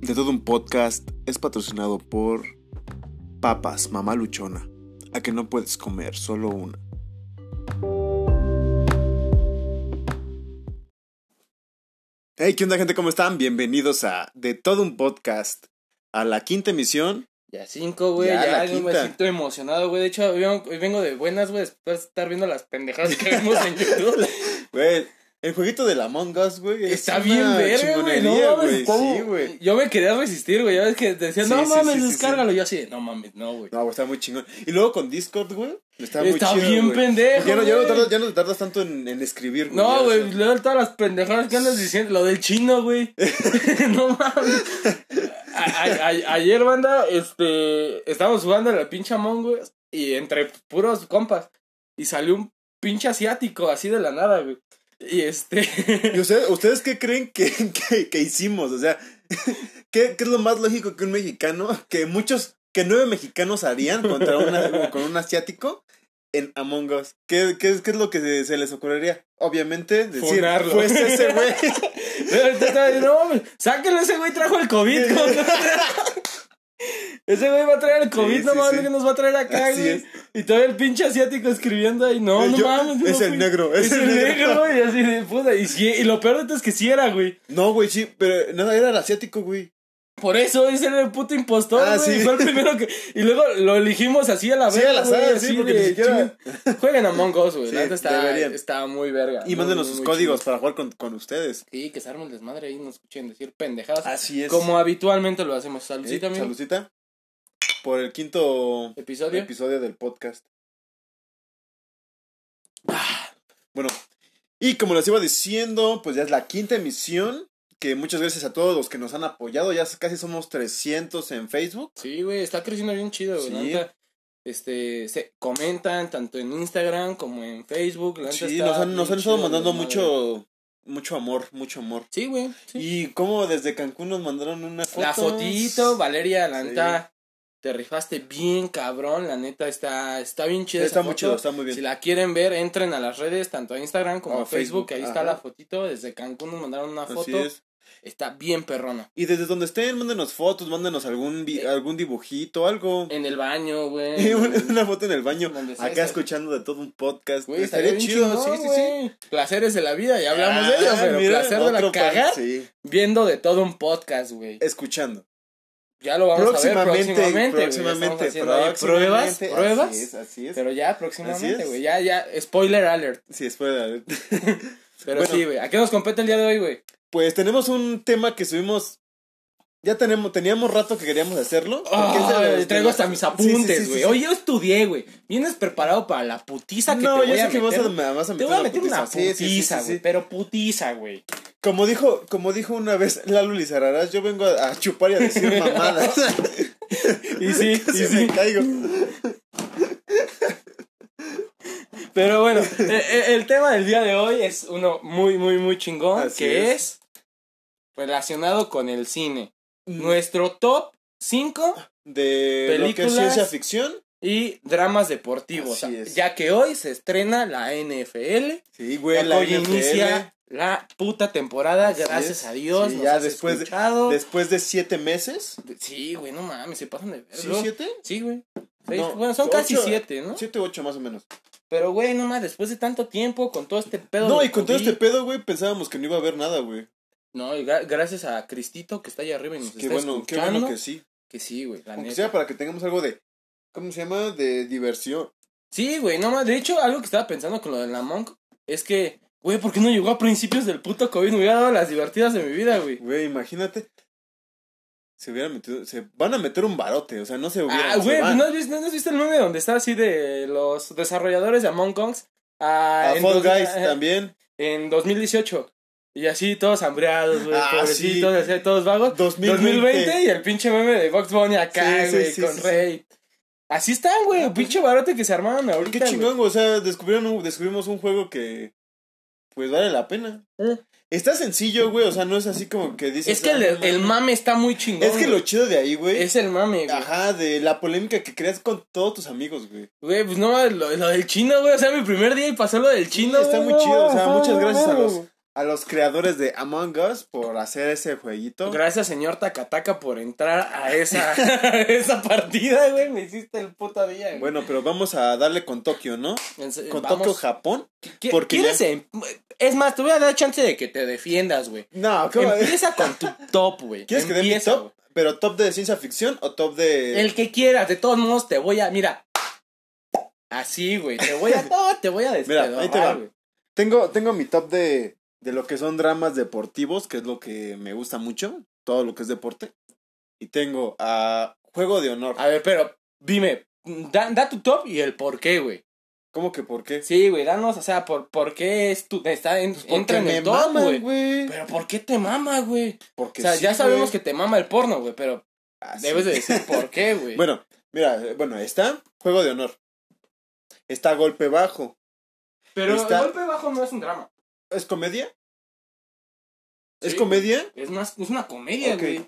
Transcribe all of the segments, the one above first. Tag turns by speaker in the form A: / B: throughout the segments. A: De todo un podcast es patrocinado por Papas, Mamá Luchona, a que no puedes comer solo una. Hey, ¿qué onda gente? ¿Cómo están? Bienvenidos a De todo un podcast, a la quinta emisión.
B: Ya cinco, güey.
A: Ya,
B: Ya,
A: la
B: algo me
A: quinta.
B: siento emocionado, güey. De hecho, hoy vengo- hoy vengo de buenas, güey. Después de estar viendo las pendejadas que vemos en YouTube.
A: Güey, el jueguito del Among Us, güey. es
B: Está
A: una
B: bien verga, güey. No
A: chingonería,
B: mames, ¿cómo?
A: Sí, güey.
B: Yo me quería resistir, güey. Ya ves que decían,
A: Sí,
B: no
A: sí,
B: mames,
A: sí, sí,
B: descárgalo. Yo así, de, no mames, no, güey.
A: No, güey, está muy chingón. Y luego con Discord, güey. Está, muy
B: Está
A: chido,
B: bien
A: güey.
B: pendejo,
A: Ya no, ya no
B: güey.
A: tardas, ya no tardas tanto en, en escribir, Ya,
B: No,
A: o
B: güey,
A: sea,
B: leo todas las pendejadas que andas diciendo. Lo del chino, güey. no mames. A- a- a- ayer, banda, este. Estábamos jugando a la pinche Among, güey. Y entre puros compas. Y salió un pinche asiático, así de la nada, güey. Y este.
A: ¿Y ustedes, ustedes qué creen que, que- que hicimos? O sea, ¿qué, qué es lo más lógico que un mexicano, que muchos, que nueve mexicanos harían contra una, con un asiático en Among Us? ¿Qué, qué, es- qué es lo que se, se les ocurriría? Obviamente, decir,
B: Funarlo.
A: pues ese güey.
B: Ahorita estaba diciendo, no mames, sáquenlo, ese güey trajo el COVID. ¿cómo que no trae? ese güey va a traer el COVID,
A: Sí,
B: no
A: sí,
B: mames,
A: sí.
B: que nos va a traer acá,
A: Así
B: güey.
A: es. Eh,
B: Y todavía el pinche asiático escribiendo ahí, no, no
A: Yo-
B: mames. yo
A: es
B: no
A: el
B: fui.
A: negro, es el negro.
B: güey, así de puta. Y, sí- y lo peor de todo es que sí era, güey.
A: No, güey, sí, pero no, era el asiático, güey.
B: Por eso ese era el puto impostor,
A: Ah,
B: güey.
A: sí.
B: Fue el primero que. Y luego lo elegimos así a la
A: Sí,
B: verga,
A: a la
B: güey,
A: sala,
B: así
A: sí, porque ni
B: de
A: siquiera.
B: chinga. Jueguen a Mongos, güey.
A: Sí,
B: la neta está,
A: deberían.
B: está muy verga.
A: Y
B: muy,
A: mándenos
B: muy,
A: sus
B: muy
A: códigos
B: chido.
A: para jugar con, con ustedes.
B: Sí, que se arme el desmadre ahí y nos escuchen decir pendejadas.
A: Así es. Eh,
B: Como habitualmente lo hacemos.
A: Sí,
B: Saludcita, amigo.
A: Eh, Salucita. Por el quinto
B: Episodio.
A: episodio del podcast. Bueno, y como les iba diciendo, pues ya es la quinta emisión. Que muchas gracias a todos los que nos han apoyado. Ya casi somos 300 en Facebook.
B: Sí, güey, está creciendo bien chido, güey. la
A: Sí.
B: neta. Este, se comentan tanto en Instagram como en Facebook. la neta
A: Sí,
B: está
A: nos han,
B: bien
A: nos han
B: chido,
A: estado mandando
B: güey, madre.
A: mucho, mucho amor, mucho amor.
B: Sí, güey. sí.
A: Y como desde Cancún nos mandaron una foto.
B: La fotito, Valeria, la neta, te rifaste bien, cabrón. La neta, está, está bien chida.
A: Está
B: esa
A: muy
B: foto.
A: chido, está muy
B: Si
A: bien.
B: la quieren ver, entren a las redes, tanto a Instagram como
A: O
B: a Facebook.
A: Facebook,
B: ahí está
A: ajá.
B: la fotito. Desde Cancún nos mandaron una
A: Así
B: foto.
A: es.
B: Está bien perrona.
A: Y desde donde estén, mándenos fotos, mándenos algún, vi-
B: Eh.
A: algún dibujito, algo.
B: En el baño, güey.
A: Una, una foto en el baño,
B: Donde sea,
A: acá
B: sí.
A: escuchando de todo un podcast.
B: Pues Güey,
A: Estaría, chido, sí, sí, sí.
B: Placeres de la vida, ya hablamos de
A: Ah,
B: ellos, pero
A: mira,
B: placer de la
A: otro pa-
B: cagada
A: Sí,
B: viendo de todo un podcast, güey.
A: escuchando.
B: Ya lo vamos a ver
A: próximamente,
B: próximamente, güey.
A: próximamente,
B: Estamos haciendo ahí pruebas,
A: próximamente,
B: pruebas,
A: Así es, así es.
B: pero ya
A: Así
B: próximamente,
A: es.
B: güey. Ya, ya, spoiler alert.
A: Sí, es fuera de la-
B: Pero
A: Bueno.
B: sí, güey. ¿A qué nos compete el día de hoy, güey?
A: Pues tenemos un tema que subimos. Ya tenemos, teníamos rato que queríamos hacerlo. porque es de
B: Ay,
A: los-
B: traigo hasta mis apuntes, güey.
A: Sí, sí, sí, sí, sí.
B: Oye, yo estudié, güey. Vienes preparado para la putiza que
A: No,
B: te
A: yo
B: voy a
A: sé que vas a,
B: meter.
A: me vas a meter.
B: Te voy a
A: la
B: meter una
A: Sí, sí, sí,
B: putiza,
A: sí,
B: güey.
A: sí.
B: Pero putiza, güey.
A: Como dijo, como dijo una vez Lalo Lizararaz, yo vengo a, a chupar y a decir mamadas.
B: Y sí, y
A: Casi
B: sí.
A: me caigo.
B: Pero bueno, eh, eh, el tema del día de hoy es uno muy, muy, muy chingón,
A: Así es.
B: que
A: Mm.
B: es. relacionado con el cine. Nuestro top 5
A: de lo que es
B: Películas.
A: ciencia ficción.
B: y dramas deportivos,
A: Así es.
B: ya que hoy se estrena la NFL,
A: Sí,
B: ya
A: güey,
B: que
A: la
B: hoy
A: NFL.
B: inicia la puta temporada,
A: Así
B: gracias
A: es.
B: a Dios,
A: Sí,
B: nos
A: ya
B: has
A: después de-
B: escuchado.
A: Después de siete meses.
B: Sí, güey, no mames, se pasan de verga.
A: ¿Sí, siete?
B: Sí, güey. Seis-
A: No,
B: bueno, son casi
A: ocho.
B: siete, ¿no?
A: Siete u ocho más o menos.
B: Pero, güey, no mames, después de tanto tiempo, con todo este pedo.
A: no,
B: de
A: y con todo
B: COVID,
A: este pedo, güey, pensábamos que no iba a haber nada, güey.
B: No, y gra- gracias a Cristito que está allá arriba y nos
A: Qué
B: está
A: bueno, qué
B: escuchando.
A: bueno que
B: que...
A: sí.
B: sí, güey, la
A: Aunque
B: neta.
A: sea para que tengamos algo de, ¿cómo se llama? De diversión.
B: Sí, güey, no más. De hecho, algo que estaba pensando con lo de la Monk es que, güey, ¿por qué no llegó a principios del puto COVID? Me hubiera dado las divertidas de mi vida, güey.
A: Güey, imagínate. Se hubieran metido, se van a meter un barote, o sea, no se hubieran.
B: Ah,
A: se
B: güey,
A: van.
B: ¿no has, visto, ¿no has visto el meme donde está así de los desarrolladores de Among Us? Ah,
A: A
B: en
A: Fall
B: dos-
A: Guys
B: ah,
A: también.
B: En 2018. Y así todos hambreados, güey,
A: Ah,
B: pobrecitos,
A: sí.
B: así todos vagos.
A: 2020.
B: 2020 y el pinche meme de Box Bunny acá,
A: Sí, sí,
B: güey,
A: sí,
B: con
A: sí, sí.
B: Rey. Así están, güey, el pinche barote que se armaron ahorita,
A: Qué
B: güey.
A: chingón, güey, o sea, descubrieron un- descubrimos un juego que, pues, vale la pena.
B: Eh.
A: Está sencillo, güey, o sea, no es así como que dices.
B: Es que el,
A: "Ah, no
B: el
A: mames".
B: mame está muy chingón.
A: Es que lo
B: güey.
A: chido Ah. de ahí, güey.
B: Es el mame, güey.
A: Ajá, de la polémica que creas con todos tus amigos, güey.
B: Güey, pues no, lo, lo del chino, güey. O sea, mi primer día y pasó lo del chino.
A: está
B: güey,
A: muy
B: no,
A: chido. O sea,
B: no,
A: muchas
B: no,
A: gracias a
B: no,
A: los,
B: güey.
A: a los creadores de Among Us por hacer ese jueguito.
B: Gracias, señor Takataka, por entrar a esa, a esa partida, güey. Me hiciste el puto día, güey.
A: Bueno, pero vamos a darle con Tokio, ¿no?
B: En se-
A: Con
B: vamos.
A: Tokio, Japón.
B: ¿Qui-
A: porque
B: ¿Quieres?
A: ya-
B: em- Es más, te voy a dar chance de que te defiendas, güey.
A: No, ¿cómo?
B: Empieza con tu top, güey.
A: ¿Quieres que dé mi
B: Em- Empieza,
A: top?
B: güey.
A: ¿Pero top de ciencia ficción o top de...?
B: El que quieras, de todos modos te voy a. Mira. Así, güey. Te voy a. No, te voy a
A: Mira,
B: despedir.
A: ahí te va. Tengo, tengo mi top de, de lo que son dramas deportivos, que es lo que me gusta mucho, todo lo que es deporte. Y tengo a Juego de Honor. Ah,
B: A ver, pero dime. Da, da tu top y el por qué, güey.
A: ¿Cómo que por qué?
B: Sí, güey, danos, o sea, por, por qué es tu, está en, entra
A: Pues
B: en
A: me
B: el top,
A: maman,
B: güey.
A: güey.
B: Pero ¿por qué te mama, güey? O
A: Porque
B: sea,
A: sí,
B: ya sabemos
A: güey.
B: que te mama el porno, güey, pero
A: Ah, sí.
B: debes de decir por qué, güey.
A: Bueno, mira, eh, bueno, está Juego de Honor. Está Golpe Bajo.
B: pero
A: está-
B: el golpe bajo no es un drama.
A: ¿Es comedia? ¿Es
B: Sí.
A: comedia?
B: Es más, es una comedia,
A: Ok.
B: güey.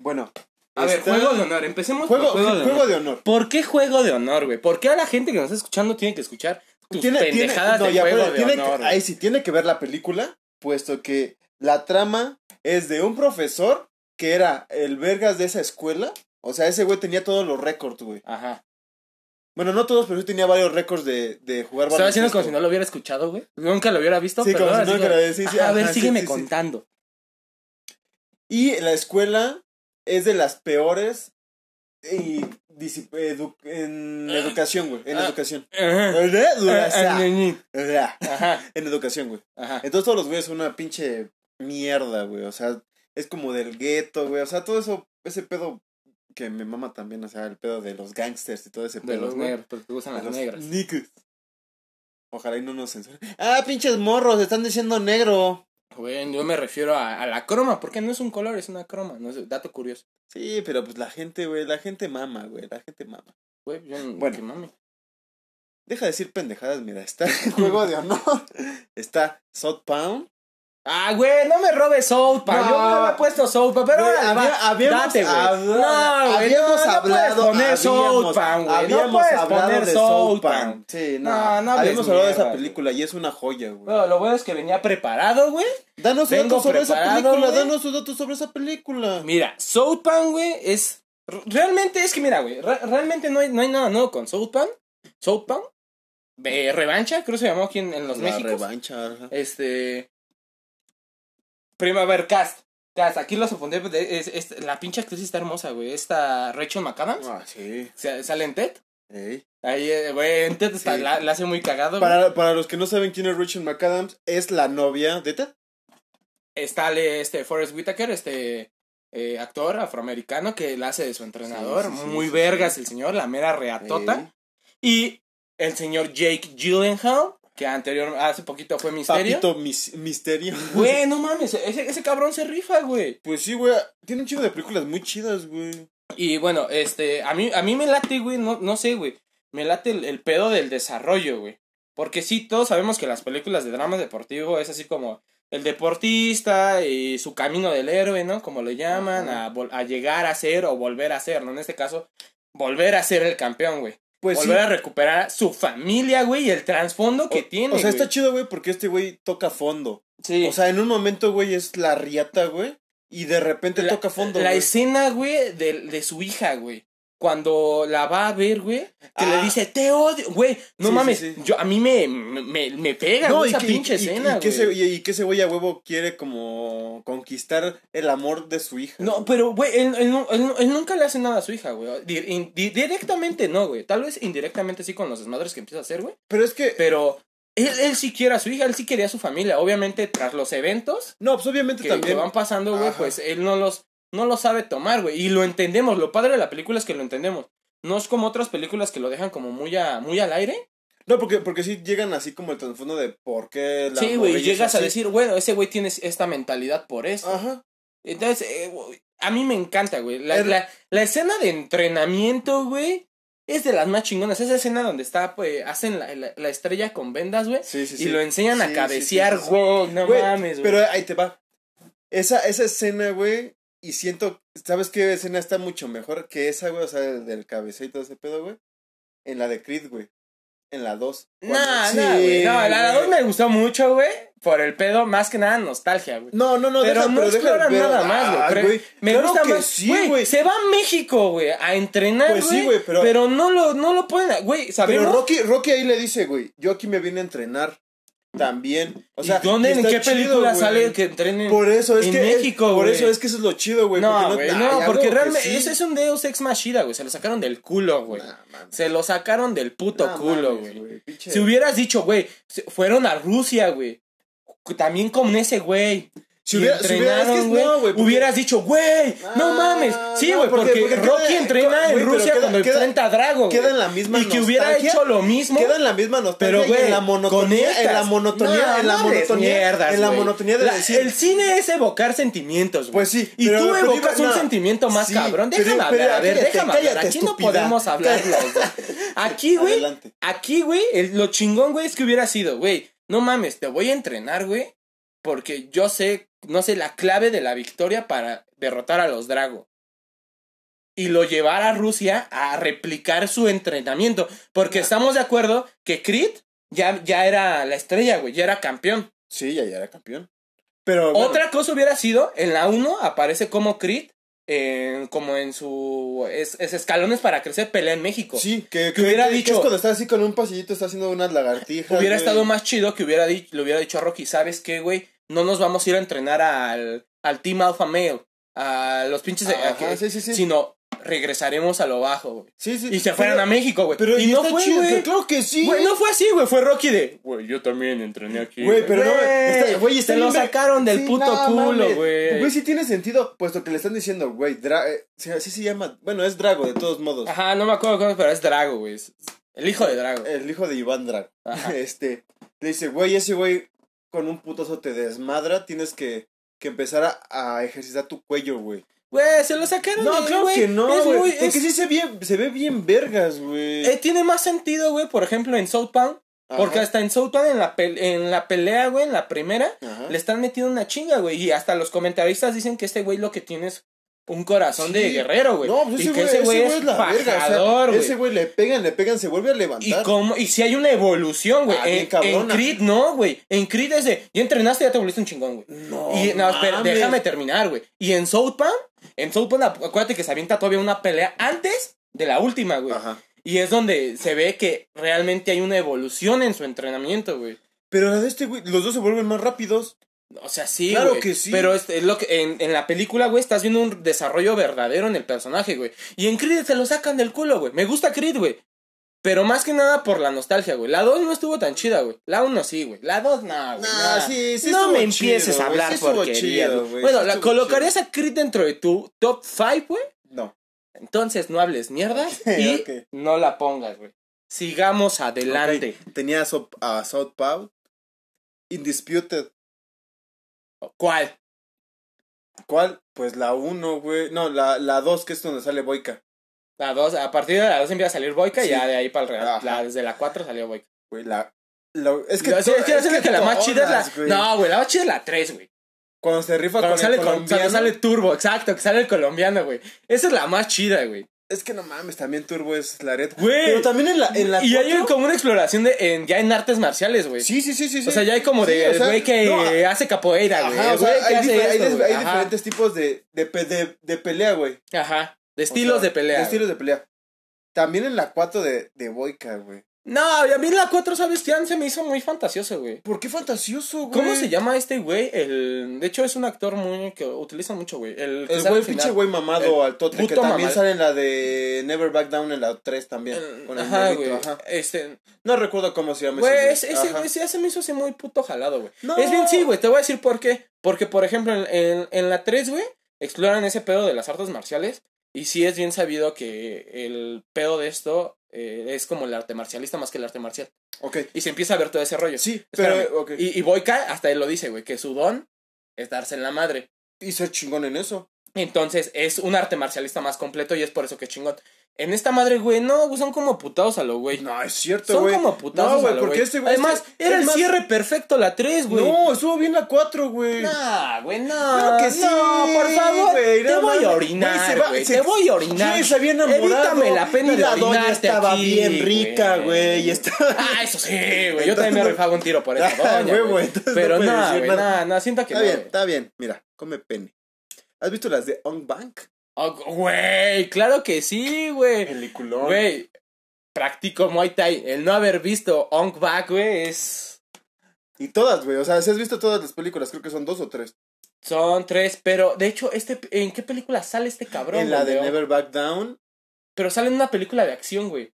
A: Bueno.
B: A ver,
A: está-
B: juego de honor, empecemos
A: Juego,
B: por juego de
A: Juego
B: honor.
A: de Honor.
B: ¿Por qué juego de honor, güey? ¿Por qué a la gente que nos está escuchando tiene que escuchar tus pendejadas
A: no,
B: de
A: ya,
B: juego
A: pero
B: de
A: tiene que-
B: honor? güey?
A: ahí sí, tiene que ver la película, puesto que la trama es de un profesor que era el vergas de esa escuela. O sea, ese güey tenía todos los récords, güey.
B: Ajá.
A: Bueno, no todos, pero sí tenía varios récords de, de jugar
B: Estaba haciendo
A: baloncesto.
B: como si no lo hubiera escuchado, güey. Nunca lo hubiera visto,
A: Sí,
B: pero
A: como si
B: ahora
A: nunca
B: como-
A: lo hubiera- sí, sí,
B: Ajá, a ver,
A: ajá, sí,
B: sígueme
A: sí, sí.
B: contando.
A: Y la escuela es de las peores y disi- edu- en
B: Ah.
A: educación, güey. En
B: Ah.
A: educación.
B: Ajá.
A: En
B: Ajá. Ajá.
A: educación, güey.
B: Ajá.
A: Entonces todos los güeyes son una pinche mierda, güey. O sea, es como del gueto, güey. O sea, todo eso, ese pedo que me mama también, o sea, el pedo de los gangsters y todo ese
B: De
A: pedo.
B: los
A: güey.
B: negros, porque usan
A: De
B: las
A: los
B: negras.
A: niggas. Ojalá y no nos censuren. Ah, pinches morros, están diciendo negro.
B: Güey, yo me refiero a, a la croma, porque no es un color, es una croma. No es, dato curioso.
A: Sí, pero pues la gente, güey, la gente mama, güey, la gente mama.
B: Güey, yo no-
A: Bueno.
B: que mami.
A: Deja de decir pendejadas, mira, está el juego de honor. Está South Pound.
B: Ah, güey, no me robes Soulpa.
A: No.
B: Yo me había puesto Soulpa, pero
A: Güey,
B: ahora
A: había-
B: va,
A: habíamos
B: date, güey.
A: hablado-
B: no, güey,
A: habíamos
B: no,
A: hablado,
B: No puedes poner
A: habíamos-
B: Soulpa, güey. No
A: habíamos
B: puedes
A: hablado
B: poner
A: de South
B: Soulpa.
A: Pound. Sí, no.
B: No, no hables
A: habíamos hablado de esa
B: mierda,
A: película y es una joya, güey.
B: Bueno, lo bueno es que venía preparado, güey.
A: Danos sus
B: Vengo
A: datos sobre esa
B: preparado,
A: película,
B: güey.
A: danos sus datos sobre esa película.
B: Mira, Soulpan, güey, es. re- Realmente es que, mira, güey, re- realmente no hay, no hay nada nuevo con Soulpan. Soulpan. Eh, revancha, creo que se llamó aquí en, en los
A: La
B: Méxicos.
A: revancha. ajá.
B: Este. Primaver Cast. Cast, aquí los apunté. pues, de- Es, es- la pinche actriz está hermosa, güey. Esta Rachel McAdams.
A: Ah, sí.
B: sa- Sale en TED.
A: ey.
B: Ahí, eh, güey, en TED está-
A: Sí.
B: la, la hace muy cagado. güey.
A: Para, para los que no saben quién es Rachel McAdams, es la novia de Ted.
B: Está le- este Forrest Whitaker, este eh, actor afroamericano que la hace de su entrenador.
A: Sí, sí, sí,
B: muy
A: sí,
B: vergas el señor, la Tota? mera reatota. Y el señor Jake Gyllenhaal, que anterior, hace poquito fue
A: Ey.
B: misterio.
A: Papito mis- Misterio.
B: Güey, no mames, ese, ese cabrón se rifa, güey.
A: Pues sí, güey. Tiene un chico de películas muy chidas, güey.
B: Y bueno, este, a mí, a mí me late, güey, no, no sé, güey. Me late el, el pedo del desarrollo, güey. Porque sí, todos sabemos que las películas de drama deportivo es así como el deportista y su camino del héroe, ¿no? Como le llaman, a, vol- a llegar a ser o volver a ser, ¿no? En este caso, volver a ser el campeón, güey.
A: Pues
B: volver a recuperar su familia, güey, y el trasfondo que
A: O-
B: tiene.
A: O sea,
B: güey.
A: está chido, güey, porque este güey toca fondo.
B: Sí.
A: O sea, en un momento, güey, es la riata, güey. Y de repente toca fondo.
B: La
A: güey.
B: escena, güey, de, de su hija, güey. Cuando la va a ver, güey, que le
A: Ah.
B: dice, te odio, güey. No
A: Sí, sí,
B: mames,
A: sí.
B: Yo, a mí me, me, me pega
A: No,
B: güey,
A: y
B: esa
A: que-
B: pinche
A: y- y-
B: escena,
A: y que ese-
B: güey.
A: y, y que ese güey a huevo quiere como conquistar el amor de su hija.
B: No, pero, güey, él, él no- él no- él nunca le hace nada a su hija, güey. Di- in- di- directamente no, güey. Tal vez indirectamente sí con los desmadres que empieza a hacer, güey.
A: Pero es que.
B: Pero él, él sí quiere a su hija, él sí quería a su familia. Obviamente, tras los eventos,
A: no, pues obviamente
B: que, que
A: también.
B: van pasando, güey,
A: Ajá.
B: pues él no los, no los sabe tomar, güey. Y lo entendemos. Lo padre de la película es que lo entendemos. No es como otras películas que lo dejan como muy, a, muy al aire.
A: No, porque, porque sí llegan así como el trasfondo de por qué la.
B: sí, güey.
A: morrilla
B: Y
A: es
B: llegas a
A: así.
B: decir, bueno, ese güey tiene esta mentalidad por eso.
A: Ajá.
B: Entonces, eh, güey, a mí me encanta, güey. La,
A: El-
B: la, la escena de entrenamiento, güey, es de las más chingonas. Esa escena donde está, pues, hacen la, la- la estrella con vendas, güey.
A: Sí, sí, sí.
B: Y lo enseñan
A: Sí,
B: a
A: sí,
B: cabecear,
A: sí, sí, sí.
B: güey. No
A: Güey,
B: mames, güey.
A: Pero ahí te va. Esa, esa escena, güey. Y siento. ¿Sabes qué escena está mucho mejor que esa, güey? O sea, del, del cabeceo y todo ese pedo, güey. En la de Creed, güey. En la 2.
B: Nah, nah, güey. No, la, la dos me gustó mucho, güey. por el pedo, más que nada nostalgia, güey.
A: No, no, no,
B: pero
A: deja,
B: no exploran
A: pero-
B: nada más,
A: Ah,
B: güey. Pero Me
A: claro
B: gusta
A: que
B: más.
A: Sí, güey.
B: güey, se va a México, güey, a entrenar,
A: Pues sí, güey, pero-
B: no lo, no lo pueden, güey,
A: Pero
B: sabemos.
A: Rocky, Rocky ahí le dice, güey, yo aquí me vine a entrenar también. O sea,
B: ¿Y ¿dónde,
A: y
B: en
A: está
B: qué
A: chido,
B: película
A: güey.
B: sale que entrenen?
A: Por eso es
B: en
A: que
B: México,
A: por
B: güey?
A: eso es que eso es lo chido, güey,
B: no, güey, no,
A: Ay, a
B: porque
A: huevo que
B: realmente
A: sí.
B: ese es un Deus Ex Machina, güey, se lo sacaron del culo, güey.
A: Nah, mames.
B: se lo sacaron del puto
A: Nah,
B: culo,
A: mames,
B: güey.
A: Pinche-
B: Si hubieras dicho, güey, se- fueron a Rusia, güey. cu- También con ese güey.
A: Si
B: y
A: hubiera- si hubiera- es que
B: entrenaron,
A: no,
B: güey.
A: güey, porque-
B: hubieras dicho, güey, no
A: Ah,
B: mames. Sí,
A: no,
B: güey,
A: porque-
B: porque,
A: porque queda-
B: Rocky
A: queda-
B: entrena
A: güey,
B: en
A: pero
B: Rusia
A: queda-
B: cuando
A: queda-
B: enfrenta a Drago. güey.
A: queda en la misma
B: Y que hubiera
A: nostalgia,
B: hecho lo mismo.
A: Queda en la misma nostalgia
B: Pero,
A: y
B: güey,
A: en la
B: con
A: monotonía,
B: estas-
A: en la monotonía,
B: No,
A: en la
B: no hables
A: monotonía,
B: mierdas,
A: en la
B: güey.
A: monotonía de
B: La-
A: decir-
B: El cine es evocar sentimientos, güey.
A: Pues sí,
B: Y
A: pero-
B: tú
A: pero
B: evocas
A: digo,
B: un
A: no.
B: sentimiento más
A: Sí,
B: cabrón.
A: pero-
B: Déjame hablar,
A: pero
B: a ver,
A: cállate,
B: déjame hablar.
A: cállate,
B: Aquí
A: estúpida.
B: no podemos hablar los dos. Aquí, güey,
A: Adelante.
B: Aquí, güey, el- lo chingón, güey, es que hubiera sido, güey, no mames, te voy a entrenar, güey, porque yo sé, no sé, la clave de la victoria para derrotar a los Drago. Y lo llevar a Rusia a replicar su entrenamiento. Porque estamos de acuerdo que Creed ya, ya era la estrella, güey, ya era campeón.
A: Sí, ya, ya era campeón. Pero
B: Otra cosa hubiera sido, en la 1 aparece como Creed, eh, como en su... Es, es escalones para crecer, pelea en México.
A: bueno, sí, que,
B: que hubiera dicho-
A: es cuando está así con un pasillito, está haciendo unas lagartijas.
B: Hubiera
A: güey.
B: estado más chido que hubiera dicho, le hubiera dicho a Rocky, ¿sabes qué, güey? No nos vamos a ir a entrenar al, al Team Alpha Male, a los pinches... de- a
A: Ajá,
B: que-
A: sí, sí, sí.
B: Sino regresaremos a lo bajo, güey.
A: Sí, sí.
B: Y se fueran a México, güey.
A: Pero
B: y no fue,
A: chido, que
B: güey.
A: claro que sí.
B: Güey, no fue así, güey. Fue Rocky de... Güey, yo también entrené aquí.
A: Güey, pero no, está- güey,
B: Güey,
A: está
B: se lo
A: bien ver-
B: sacaron del
A: Sí,
B: puto
A: no,
B: culo,
A: mames. Pues,
B: güey.
A: Güey, sí tiene sentido, puesto que le están diciendo, güey, Dra- eh, sí, así se llama. Bueno, es Drago, de todos modos.
B: Ajá, no me acuerdo cómo, pero es Drago, güey. Es- El hijo de Drago.
A: El hijo de Iván Drago.
B: Ajá.
A: Este, le dice, güey, ese güey con un putazo te desmadra, tienes que, que empezar a, a ejercitar tu cuello, güey.
B: Güey, se lo sacaron
A: No,
B: de-
A: claro
B: güey,
A: que no,
B: es
A: güey.
B: muy-
A: Porque
B: es-
A: sí se, bien, se ve bien vergas, güey.
B: eh, tiene más sentido, güey, por ejemplo, en South Pound.
A: Ajá,
B: Porque hasta en South Park, en la, pel- en la pelea, güey, en la primera,
A: ajá.
B: le están metiendo una chinga, güey. Y hasta los comentaristas dicen que este güey lo que tiene es un corazón de
A: Sí.
B: guerrero, güey.
A: No, pues
B: y
A: ese
B: que
A: güey
B: ese güey es,
A: la verga.
B: fajador,
A: o sea,
B: güey.
A: ese güey le pegan, le pegan, se vuelve a
B: y,
A: levantar.
B: cómo, y si hay una evolución, güey.
A: Ah, bien
B: en, en
A: cabrona.
B: Creed no, güey. En Creed es de, ya entrenaste, ya te volviste un chingón, güey.
A: No,
B: Y no, espera,
A: mames.
B: déjame terminar, güey. Y en South Park, en South Park, acu- acuérdate que se avienta todavía una pelea antes de la última, güey.
A: Ajá.
B: Y es donde se ve que realmente hay una evolución en su entrenamiento, güey.
A: Pero la de este güey, los dos se vuelven más rápidos.
B: O sea, sí,
A: Claro
B: güey,
A: que sí.
B: Pero este, es, es lo que, en, en la película, güey, estás viendo un desarrollo verdadero en el personaje, güey. Y en Creed se lo sacan del culo, güey. Me gusta Creed, güey. Pero más que nada por la nostalgia, güey. La 2 no estuvo tan chida, güey. La 1 sí, güey. La 2 no, güey.
A: Nah,
B: nah.
A: sí, sí
B: No
A: estuvo
B: me
A: chido,
B: empieces a
A: güey,
B: hablar
A: sí estuvo
B: porquería,
A: chido,
B: güey.
A: güey,
B: Bueno,
A: sí
B: la,
A: estuvo
B: ¿colocarías
A: chido.
B: a Creed dentro de tu top 5, güey?
A: No.
B: Entonces no hables mierdas
A: Ok,
B: y
A: ok.
B: no la pongas, güey. Sigamos adelante.
A: Ok, Tenía a, Sop- a South Pound. Indisputed.
B: ¿Cuál?
A: ¿Cuál? Pues la 1, güey. No, la 2, que es donde sale Boica.
B: La 2, a partir de la 2 empieza a salir Boica y
A: Sí.
B: ya de ahí para el real.
A: Ajá.
B: la- desde la 4 salió Boica.
A: Güey, la. la- es que.
B: No, sí,
A: to-
B: es que, es que la más
A: todas,
B: chida es la.
A: güey.
B: No, güey, la más chida es la 3, güey.
A: Cuando se rifa
B: Cuando
A: con
B: sale,
A: el
B: con-
A: colombiano.
B: cuando sale Turbo, exacto, que sale el colombiano, güey. Esa es la más chida, güey.
A: Es que no mames, también Turbo es la red.
B: Güey.
A: Pero también en la. En la
B: Y hay
A: cuatro-
B: como una exploración de en, ya en artes marciales, güey.
A: Sí, sí, sí, sí. sí.
B: O sea, ya hay como
A: Sí,
B: de
A: o
B: el
A: sea,
B: güey que
A: no, ah,
B: eh, hace capoeira, güey.
A: Ajá,
B: El
A: o sea,
B: güey que
A: hay, difer-
B: hace
A: hay
B: esto,
A: des-
B: güey.
A: hay
B: Ajá,
A: diferentes tipos de, de, pe- de, de pelea, güey.
B: ajá.
A: O
B: De estilos
A: sea,
B: de pelea.
A: de
B: güey.
A: Estilos de pelea. También en la 4 de, de Boica, güey.
B: No, y a mí la 4, ¿sabes qué? Se me hizo muy fantasioso, güey.
A: ¿Por qué fantasioso, güey?
B: ¿Cómo se llama este güey? El... De hecho, es un actor muy que utilizan mucho, güey. El, que
A: El
B: sale
A: güey,
B: al final.
A: pinche güey mamado
B: El
A: al tote, que
B: puto
A: también
B: mamado.
A: sale en la de Never Back Down en la 3 también.
B: El-
A: con el
B: Ajá, güey.
A: negrito, ajá.
B: Este,
A: No recuerdo cómo se llama
B: Güey, ese, ese,
A: Ajá.
B: ese ya se me hizo así muy puto jalado, güey.
A: No.
B: Es bien, sí, güey, te voy a decir por qué. Porque, por ejemplo, en, en, en la 3, güey, exploran ese pedo de las artes marciales. Y sí es bien sabido que el pedo de esto eh, es como el arte marcialista más que el arte marcial.
A: Ok.
B: Y se empieza a ver todo ese rollo.
A: Sí,
B: Espérame.
A: pero. ok. Y,
B: Y, y Boyka hasta él lo dice, güey, que su don es darse en la madre.
A: y ser chingón en eso.
B: Entonces es un arte marcialista más completo y es por eso que chingón. En esta madre, güey, no, güey, son como putados a lo güey.
A: No, es cierto,
B: son
A: güey.
B: como putados
A: No,
B: a
A: güey,
B: lo
A: porque
B: güey.
A: este güey.
B: Además,
A: este-
B: era
A: es
B: el
A: más-
B: cierre perfecto la 3, güey.
A: No, estuvo bien la 4, güey.
B: Nah, güey, no.
A: Claro que sí,
B: no, por favor.
A: güey,
B: te
A: no
B: voy a
A: mames. Güey,
B: orinar,
A: se va-
B: güey.
A: se-
B: Te voy a orinar.
A: Sí, se había enamorado.
B: Evítame la pena
A: y
B: de
A: la doña
B: orinarte
A: estaba
B: aquí,
A: bien rica, güey. Y estaba.
B: Ah, eso sí, güey. Yo también me
A: Entonces-
B: rifaba un tiro por esa
A: Ah,
B: doña,
A: huevo,
B: güey.
A: entonces no
B: Pero
A: puedes
B: nada,
A: decir
B: güey,
A: nada.
B: nada, nada, siento que
A: Está
B: no,
A: bien,
B: güey.
A: está bien. Mira, come pene. ¿Has visto las de On Bank?
B: Ah, Güey, claro que sí, güey.
A: Peliculón.
B: Güey, practico Muay Thai. El no haber visto Onk Back, güey, es...
A: Y todas, güey. O sea, si has visto todas las películas, creo que son dos o tres.
B: Son tres, pero de hecho, este, ¿en qué película sale este cabrón?
A: en la
B: güey,
A: de
B: Onk?
A: Never Back Down.
B: Pero sale en una película de acción, güey.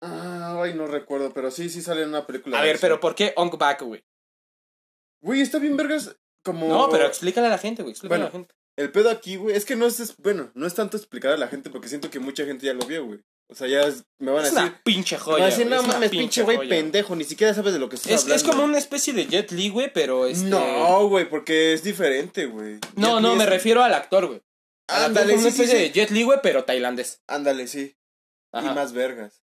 A: Ah, ay, no recuerdo, pero sí, sí sale en una película.
B: A
A: de
B: ver,
A: eso.
B: pero ¿por qué Onk Back, güey?
A: Güey, está bien, vergas. Como.
B: No, pero explícale a la gente, güey. Explícale a la
A: Bueno.
B: gente.
A: El pedo aquí, güey, es que no es, es- bueno, no es tanto explicar a la gente porque siento que mucha gente ya lo vio, güey. O sea, ya es- me van a
B: Es
A: decir,
B: una pinche
A: me van
B: joya.
A: a decir,
B: güey,
A: no
B: es una
A: mames, pinche güey
B: joya".
A: pendejo, ni siquiera sabes de lo que estás
B: Es,
A: hablando.
B: es como una especie de Jet Li, güey, pero este...
A: No, güey, porque es diferente, güey.
B: No, no, me refiero al actor, güey. Al actor
A: Ándale,
B: como una
A: sí, sí,
B: especie
A: sí.
B: de Jet Li, güey, pero tailandés.
A: Ándale, sí.
B: Ajá.
A: Y más vergas.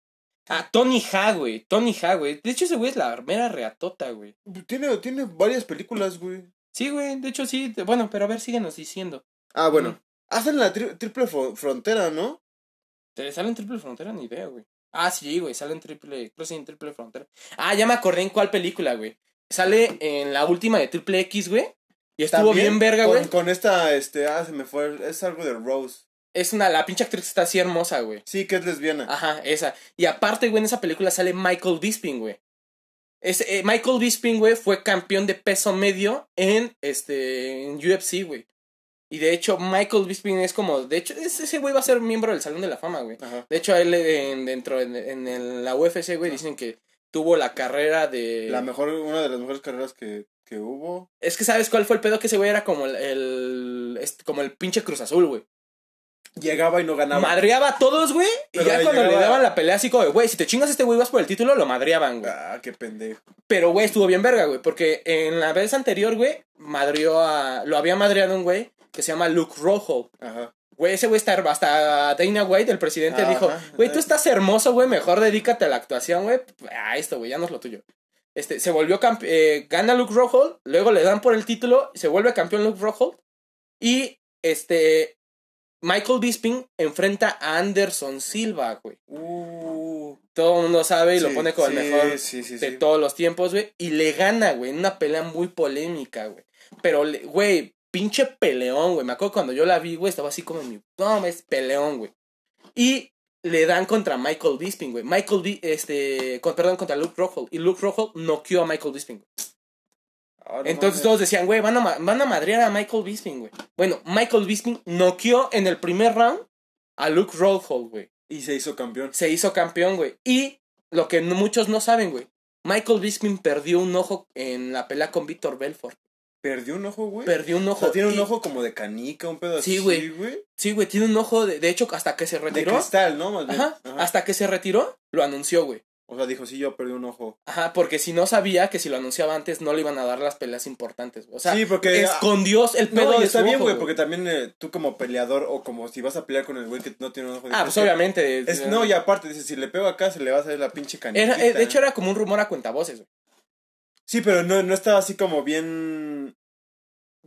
B: Ah, Tony Ha, güey. Tony Ha, güey. De hecho, ese güey es la mera reatota, güey.
A: Tiene, tiene varias películas, güey.
B: Sí, güey. De hecho, sí. Bueno, pero a ver, síguenos diciendo.
A: Ah, bueno.
B: Mm.
A: Hacen la tri- triple fro- frontera, ¿no?
B: ¿Te sale en triple frontera? Ni idea, güey. Ah, sí, güey. Sale en triple. Creo que sí, en triple frontera. Ah, ya me acordé en cuál película, güey. Sale en la última de Triple X, güey. Y estuvo bien
A: También
B: verga,
A: con-
B: güey.
A: Con esta, este, ah, se me fue, es algo de Rose.
B: Es una. La pinche actriz está así hermosa, güey.
A: Sí, que es lesbiana.
B: Ajá, esa. Y aparte, güey, en esa película sale Michael Bisping, güey. Ese, eh, Michael Bisping, güey, fue campeón de peso medio en, este, en UFC, güey. Y de hecho, Michael Bisping es como, de hecho, es- ese güey va a ser miembro del Salón de la Fama, güey.
A: Ajá.
B: De hecho, a él eh, en- dentro, en, en el- la UFC, güey, dicen que tuvo la carrera de...
A: Ah. La mejor, una de las mejores carreras que, que hubo.
B: Es que, ¿sabes cuál fue el pedo? Que ese güey era como el, el- este, como el pinche Cruz Azul, güey.
A: Llegaba y no ganaba.
B: Madreaba a todos, güey, y
A: Pero
B: ya
A: le
B: cuando le
A: llegaba-
B: daban la pelea así como, de, güey, si te chingas a este güey vas por el título, lo madreaban, güey.
A: Ah, qué pendejo.
B: Pero, güey, estuvo bien verga, güey. Porque en la vez anterior, güey, madrió a. Lo había madreado un güey que se llama Luke Rojo.
A: Ajá.
B: Güey, ese güey está. her- Hasta Dana White, el presidente,
A: Ah, Ajá.
B: dijo: Güey, tú estás hermoso, güey. Mejor dedícate a la actuación, güey. A esto, güey, ya no es lo tuyo. Este, se volvió campeón. gana Luke Rojo. Luego le dan por el título. Se vuelve campeón Luke Rojo. Y este. Michael Bisping enfrenta a Anderson Silva, güey.
A: Uh.
B: Todo el mundo sabe y lo
A: Sí,
B: pone como
A: sí,
B: el mejor
A: Sí, sí,
B: de
A: sí.
B: todos los tiempos, güey. Y le gana, güey, en una pelea muy polémica, güey. Pero, le- güey, pinche peleón, güey. Me acuerdo cuando yo la vi, güey, estaba así como en mi... No, es peleón, güey. Y le dan contra Michael Bisping, güey. Michael, Bi- este, con- perdón, contra Luke Rockhold. Y Luke Rockhold noqueó a Michael Bisping. güey.
A: Ahora Ah,
B: Entonces
A: mames.
B: todos decían, güey, van a, ma- van a madrear a Michael Bisping, güey. Bueno, Michael Bisping noqueó en el primer round a Luke Rockhold, güey
A: Y se hizo campeón.
B: se hizo campeón, güey. Y lo que no- muchos no saben, güey. Michael Bisping perdió un ojo en la pelea con Víctor Belfort.
A: Perdió un ojo, güey.
B: Perdió un
A: O
B: ojo.
A: sea, tiene un
B: Y-
A: ojo como de canica, un pedo
B: Sí,
A: así,
B: güey. Sí, güey, tiene un ojo. De, de hecho, hasta que se
A: De
B: retiró.
A: cristal, ¿no? Más bien.
B: Ajá,
A: Ajá.
B: Hasta que se retiró, lo anunció, güey.
A: O sea, dijo, sí, yo perdí un ojo.
B: Ajá, porque si no sabía que si lo anunciaba antes no le iban a dar las peleas importantes. güey. O sea,
A: sí, porque...
B: escondió el
A: No,
B: pedo
A: y
B: de
A: está
B: su
A: bien,
B: ojo,
A: güey, porque también eh, tú como peleador o como si vas a pelear con el güey que no tiene un ojo.
B: Ah, pues
A: diferente,
B: obviamente.
A: Es, no, y aparte, dice, si le pego acá se le va a salir la pinche canica.
B: Era- eh, de hecho, era como un rumor a cuentavoces, güey.
A: Sí, pero no, no estaba así como bien.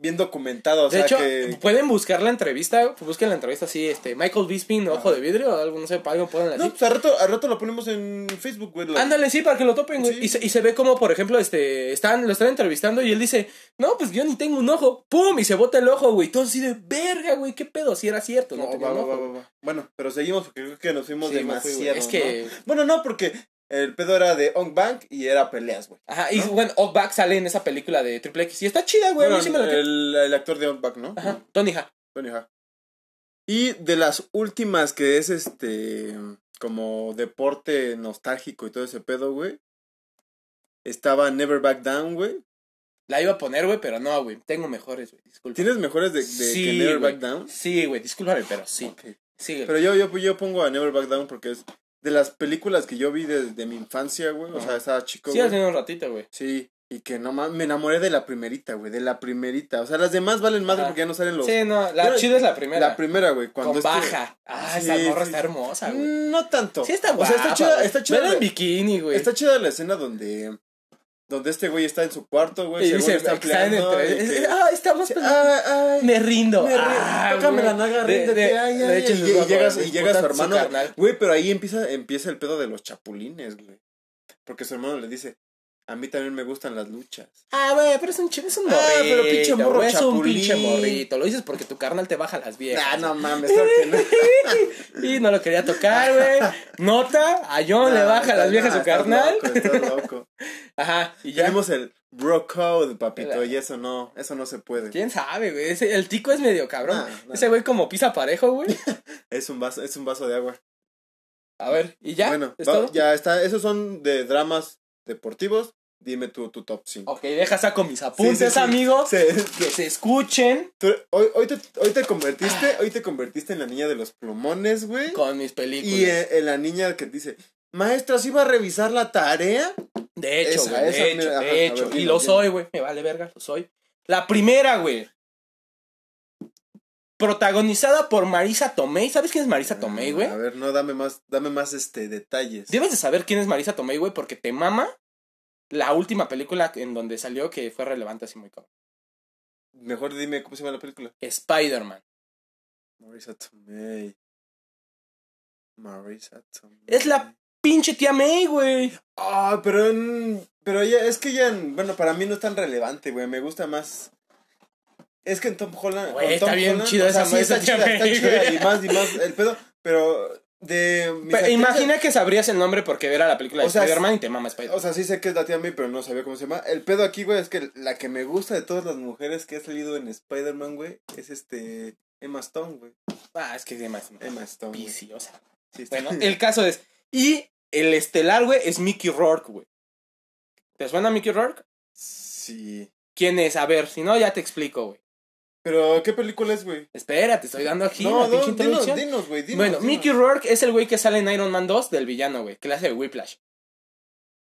A: Bien documentado, o
B: de
A: sea
B: hecho,
A: que.
B: pueden buscar la entrevista. Busquen la entrevista así, este, Michael Bisping, ojo
A: Ajá.
B: de vidrio, o algo, no sé, algo ponenla así.
A: No, pues al rato, al rato lo ponemos en Facebook, güey. la-
B: Ándale, sí, para que lo topen, güey.
A: Sí.
B: Y, se, y se ve como, por ejemplo, este, están, lo están entrevistando y él dice, no, pues yo ni tengo un ojo. ¡Pum! Y se bota el ojo, güey. Todo así de verga, güey. ¿Qué pedo? Si era cierto, no,
A: No,
B: tenía
A: va,
B: un
A: va,
B: ojo,
A: va,
B: güey.
A: va, va. Bueno, pero seguimos porque creo que nos fuimos
B: Sí, me fui,
A: demasiado.
B: güey. es que,
A: ¿no? Bueno, no, porque el pedo era de On Bank y era peleas, güey.
B: ajá, y
A: ¿no?
B: bueno, Ockback sale en esa película de Triple X. Y está chida, güey. a mí
A: Bueno,
B: sí me la-
A: el, el actor de On Bank, ¿no?
B: Ajá, Tony Ha.
A: Tony Hawk. Y de las últimas que es este como deporte nostálgico y todo ese pedo, güey. Estaba Never Back Down, güey.
B: La iba a poner, güey, pero no, güey. Tengo mejores, güey. Disculpa.
A: ¿Tienes mejores de, de que
B: Sí,
A: Never
B: güey.
A: Back Down?
B: Sí, güey, discúlpame, pero sí.
A: Ok.
B: Sigue.
A: Pero yo, yo, yo pongo a Never Back Down porque es de las películas que yo vi desde mi infancia, güey. O sea, estaba chico,
B: sí,
A: güey.
B: hace un ratito, güey.
A: Sí. Y que no mames, me enamoré de la primerita, güey, de la primerita. O sea, las demás valen madre
B: Ajá.
A: porque ya no salen los...
B: Sí, no, la
A: Yo-
B: chida es la primera.
A: La primera, güey, cuando...
B: con
A: es que-
B: baja. Ah, esa
A: Sí,
B: morra
A: sí,
B: está hermosa, güey.
A: No tanto.
B: Sí está
A: O
B: guapa.
A: sea, está chida,
B: güey.
A: está chida.
B: Vela en
A: la-
B: bikini, güey.
A: Está chida la escena donde... Donde este güey está en su cuarto, güey.
B: y
A: según
B: dice,
A: está
B: que están
A: ampliando
B: entre-
A: y
B: es-
A: que-
B: es- Ah, estamos peleando.
A: Ay, ay,
B: me rindo.
A: me re-
B: Ah,
A: tócame
B: güey.
A: la naga,
B: De-
A: ríndete,
B: de-
A: ay,
B: de
A: ay,
B: hecho,
A: y-
B: sus
A: y,
B: guapos,
A: llegas-
B: güey,
A: y llega su
B: puta,
A: hermano.
B: carnal.
A: Güey, pero ahí empieza, empieza el pedo de los chapulines, güey. Porque su hermano le dice, a mí también me gustan las luchas.
B: Ah, güey, pero es un, ch- es un
A: Ah,
B: morrito.
A: pero pinche morro
B: güey, Es un
A: chapulín.
B: pinche morrito. Lo dices porque tu carnal te baja las viejas.
A: Ah, no mames, claro que no. Ah,
B: Y no lo quería tocar, güey. Nota, a John le
A: No,
B: baja
A: estás-
B: las viejas a
A: no,
B: su
A: estás
B: carnal.
A: Loco, estás loco.
B: Ajá, y ya.
A: Tenemos el bro code, papito,
B: La-
A: y eso no, eso no se puede.
B: ¿Quién sabe, güey? Ese- El tico es medio cabrón.
A: Ah, No, no.
B: Ese güey como pisa parejo, güey.
A: Es un vaso, es un vaso de agua.
B: A ver, y ya.
A: bueno,
B: ¿Es
A: va-
B: todo?
A: ya está, esos son de dramas deportivos. Dime tú tu top 5.
B: Ok, deja saco mis apuntes,
A: sí.
B: amigos. Que se escuchen
A: hoy, hoy, te, hoy te convertiste, hoy te convertiste en la niña de los plumones, güey.
B: con mis
A: Y
B: películas.
A: eh, en la niña que dice, maestra, ¿sí iba a revisar la tarea?
B: de hecho,
A: esa,
B: güey. De
A: esa,
B: hecho,
A: mira, ajá,
B: de
A: a
B: hecho.
A: ver,
B: y
A: dilo, dilo.
B: lo soy, güey. Me vale verga, lo soy. La primera, güey. Protagonizada por Marisa Tomei. ¿Sabes quién es Marisa Tomei, güey?
A: Ah, Mm, A ver, no, dame más, dame más este detalles.
B: Debes de saber quién es Marisa Tomei, güey, porque te mama la última película en donde salió que fue relevante así muy cabrón.
A: Mejor dime cómo se llama la película.
B: Spider-Man.
A: Marisa Tomei. Marisa Tomei.
B: Es la- Pinche tía May, güey.
A: Ah, pero en- Pero ya, es que ya, en- bueno, para mí no es tan relevante, güey. Me gusta más. Es que en Tom Holland.
B: Güey,
A: con
B: está
A: Tom
B: bien chido esa
A: sí, está
B: Marisa
A: chida, está
B: Tomei,
A: chida,
B: güey.
A: Y más, y más, el pedo. Pero de. mis
B: Pero
A: actrices-
B: imagina que sabrías el nombre porque era la película de
A: O sea,
B: Spider-Man y te mama
A: O
B: Spider-Man.
A: sea, sí sé que es la tía May, pero no sabía cómo se llama. El pedo aquí, güey, es que la que me gusta de todas las mujeres que ha salido en Spider-Man, güey, es este. Emma Stone, güey.
B: Ah, es que es demás.
A: Emma Stone. güey. Sí,
B: Viciosa.
A: está-
B: Pues Bueno, el caso es. Y el estelar, güey, es Mickey Rourke, güey. ¿Te suena Mickey Rourke?
A: Sí.
B: ¿Quién es? A ver, si no, ya te explico, güey.
A: Pero, ¿qué película es, güey?
B: Espérate, estoy dando aquí
A: No,
B: la pinche
A: no, dinos,
B: introducción.
A: dinos, güey, dinos.
B: bueno,
A: dinos.
B: Mickey Rourke es el güey que sale en Iron Man 2 del villano, güey, que le hace de Whiplash.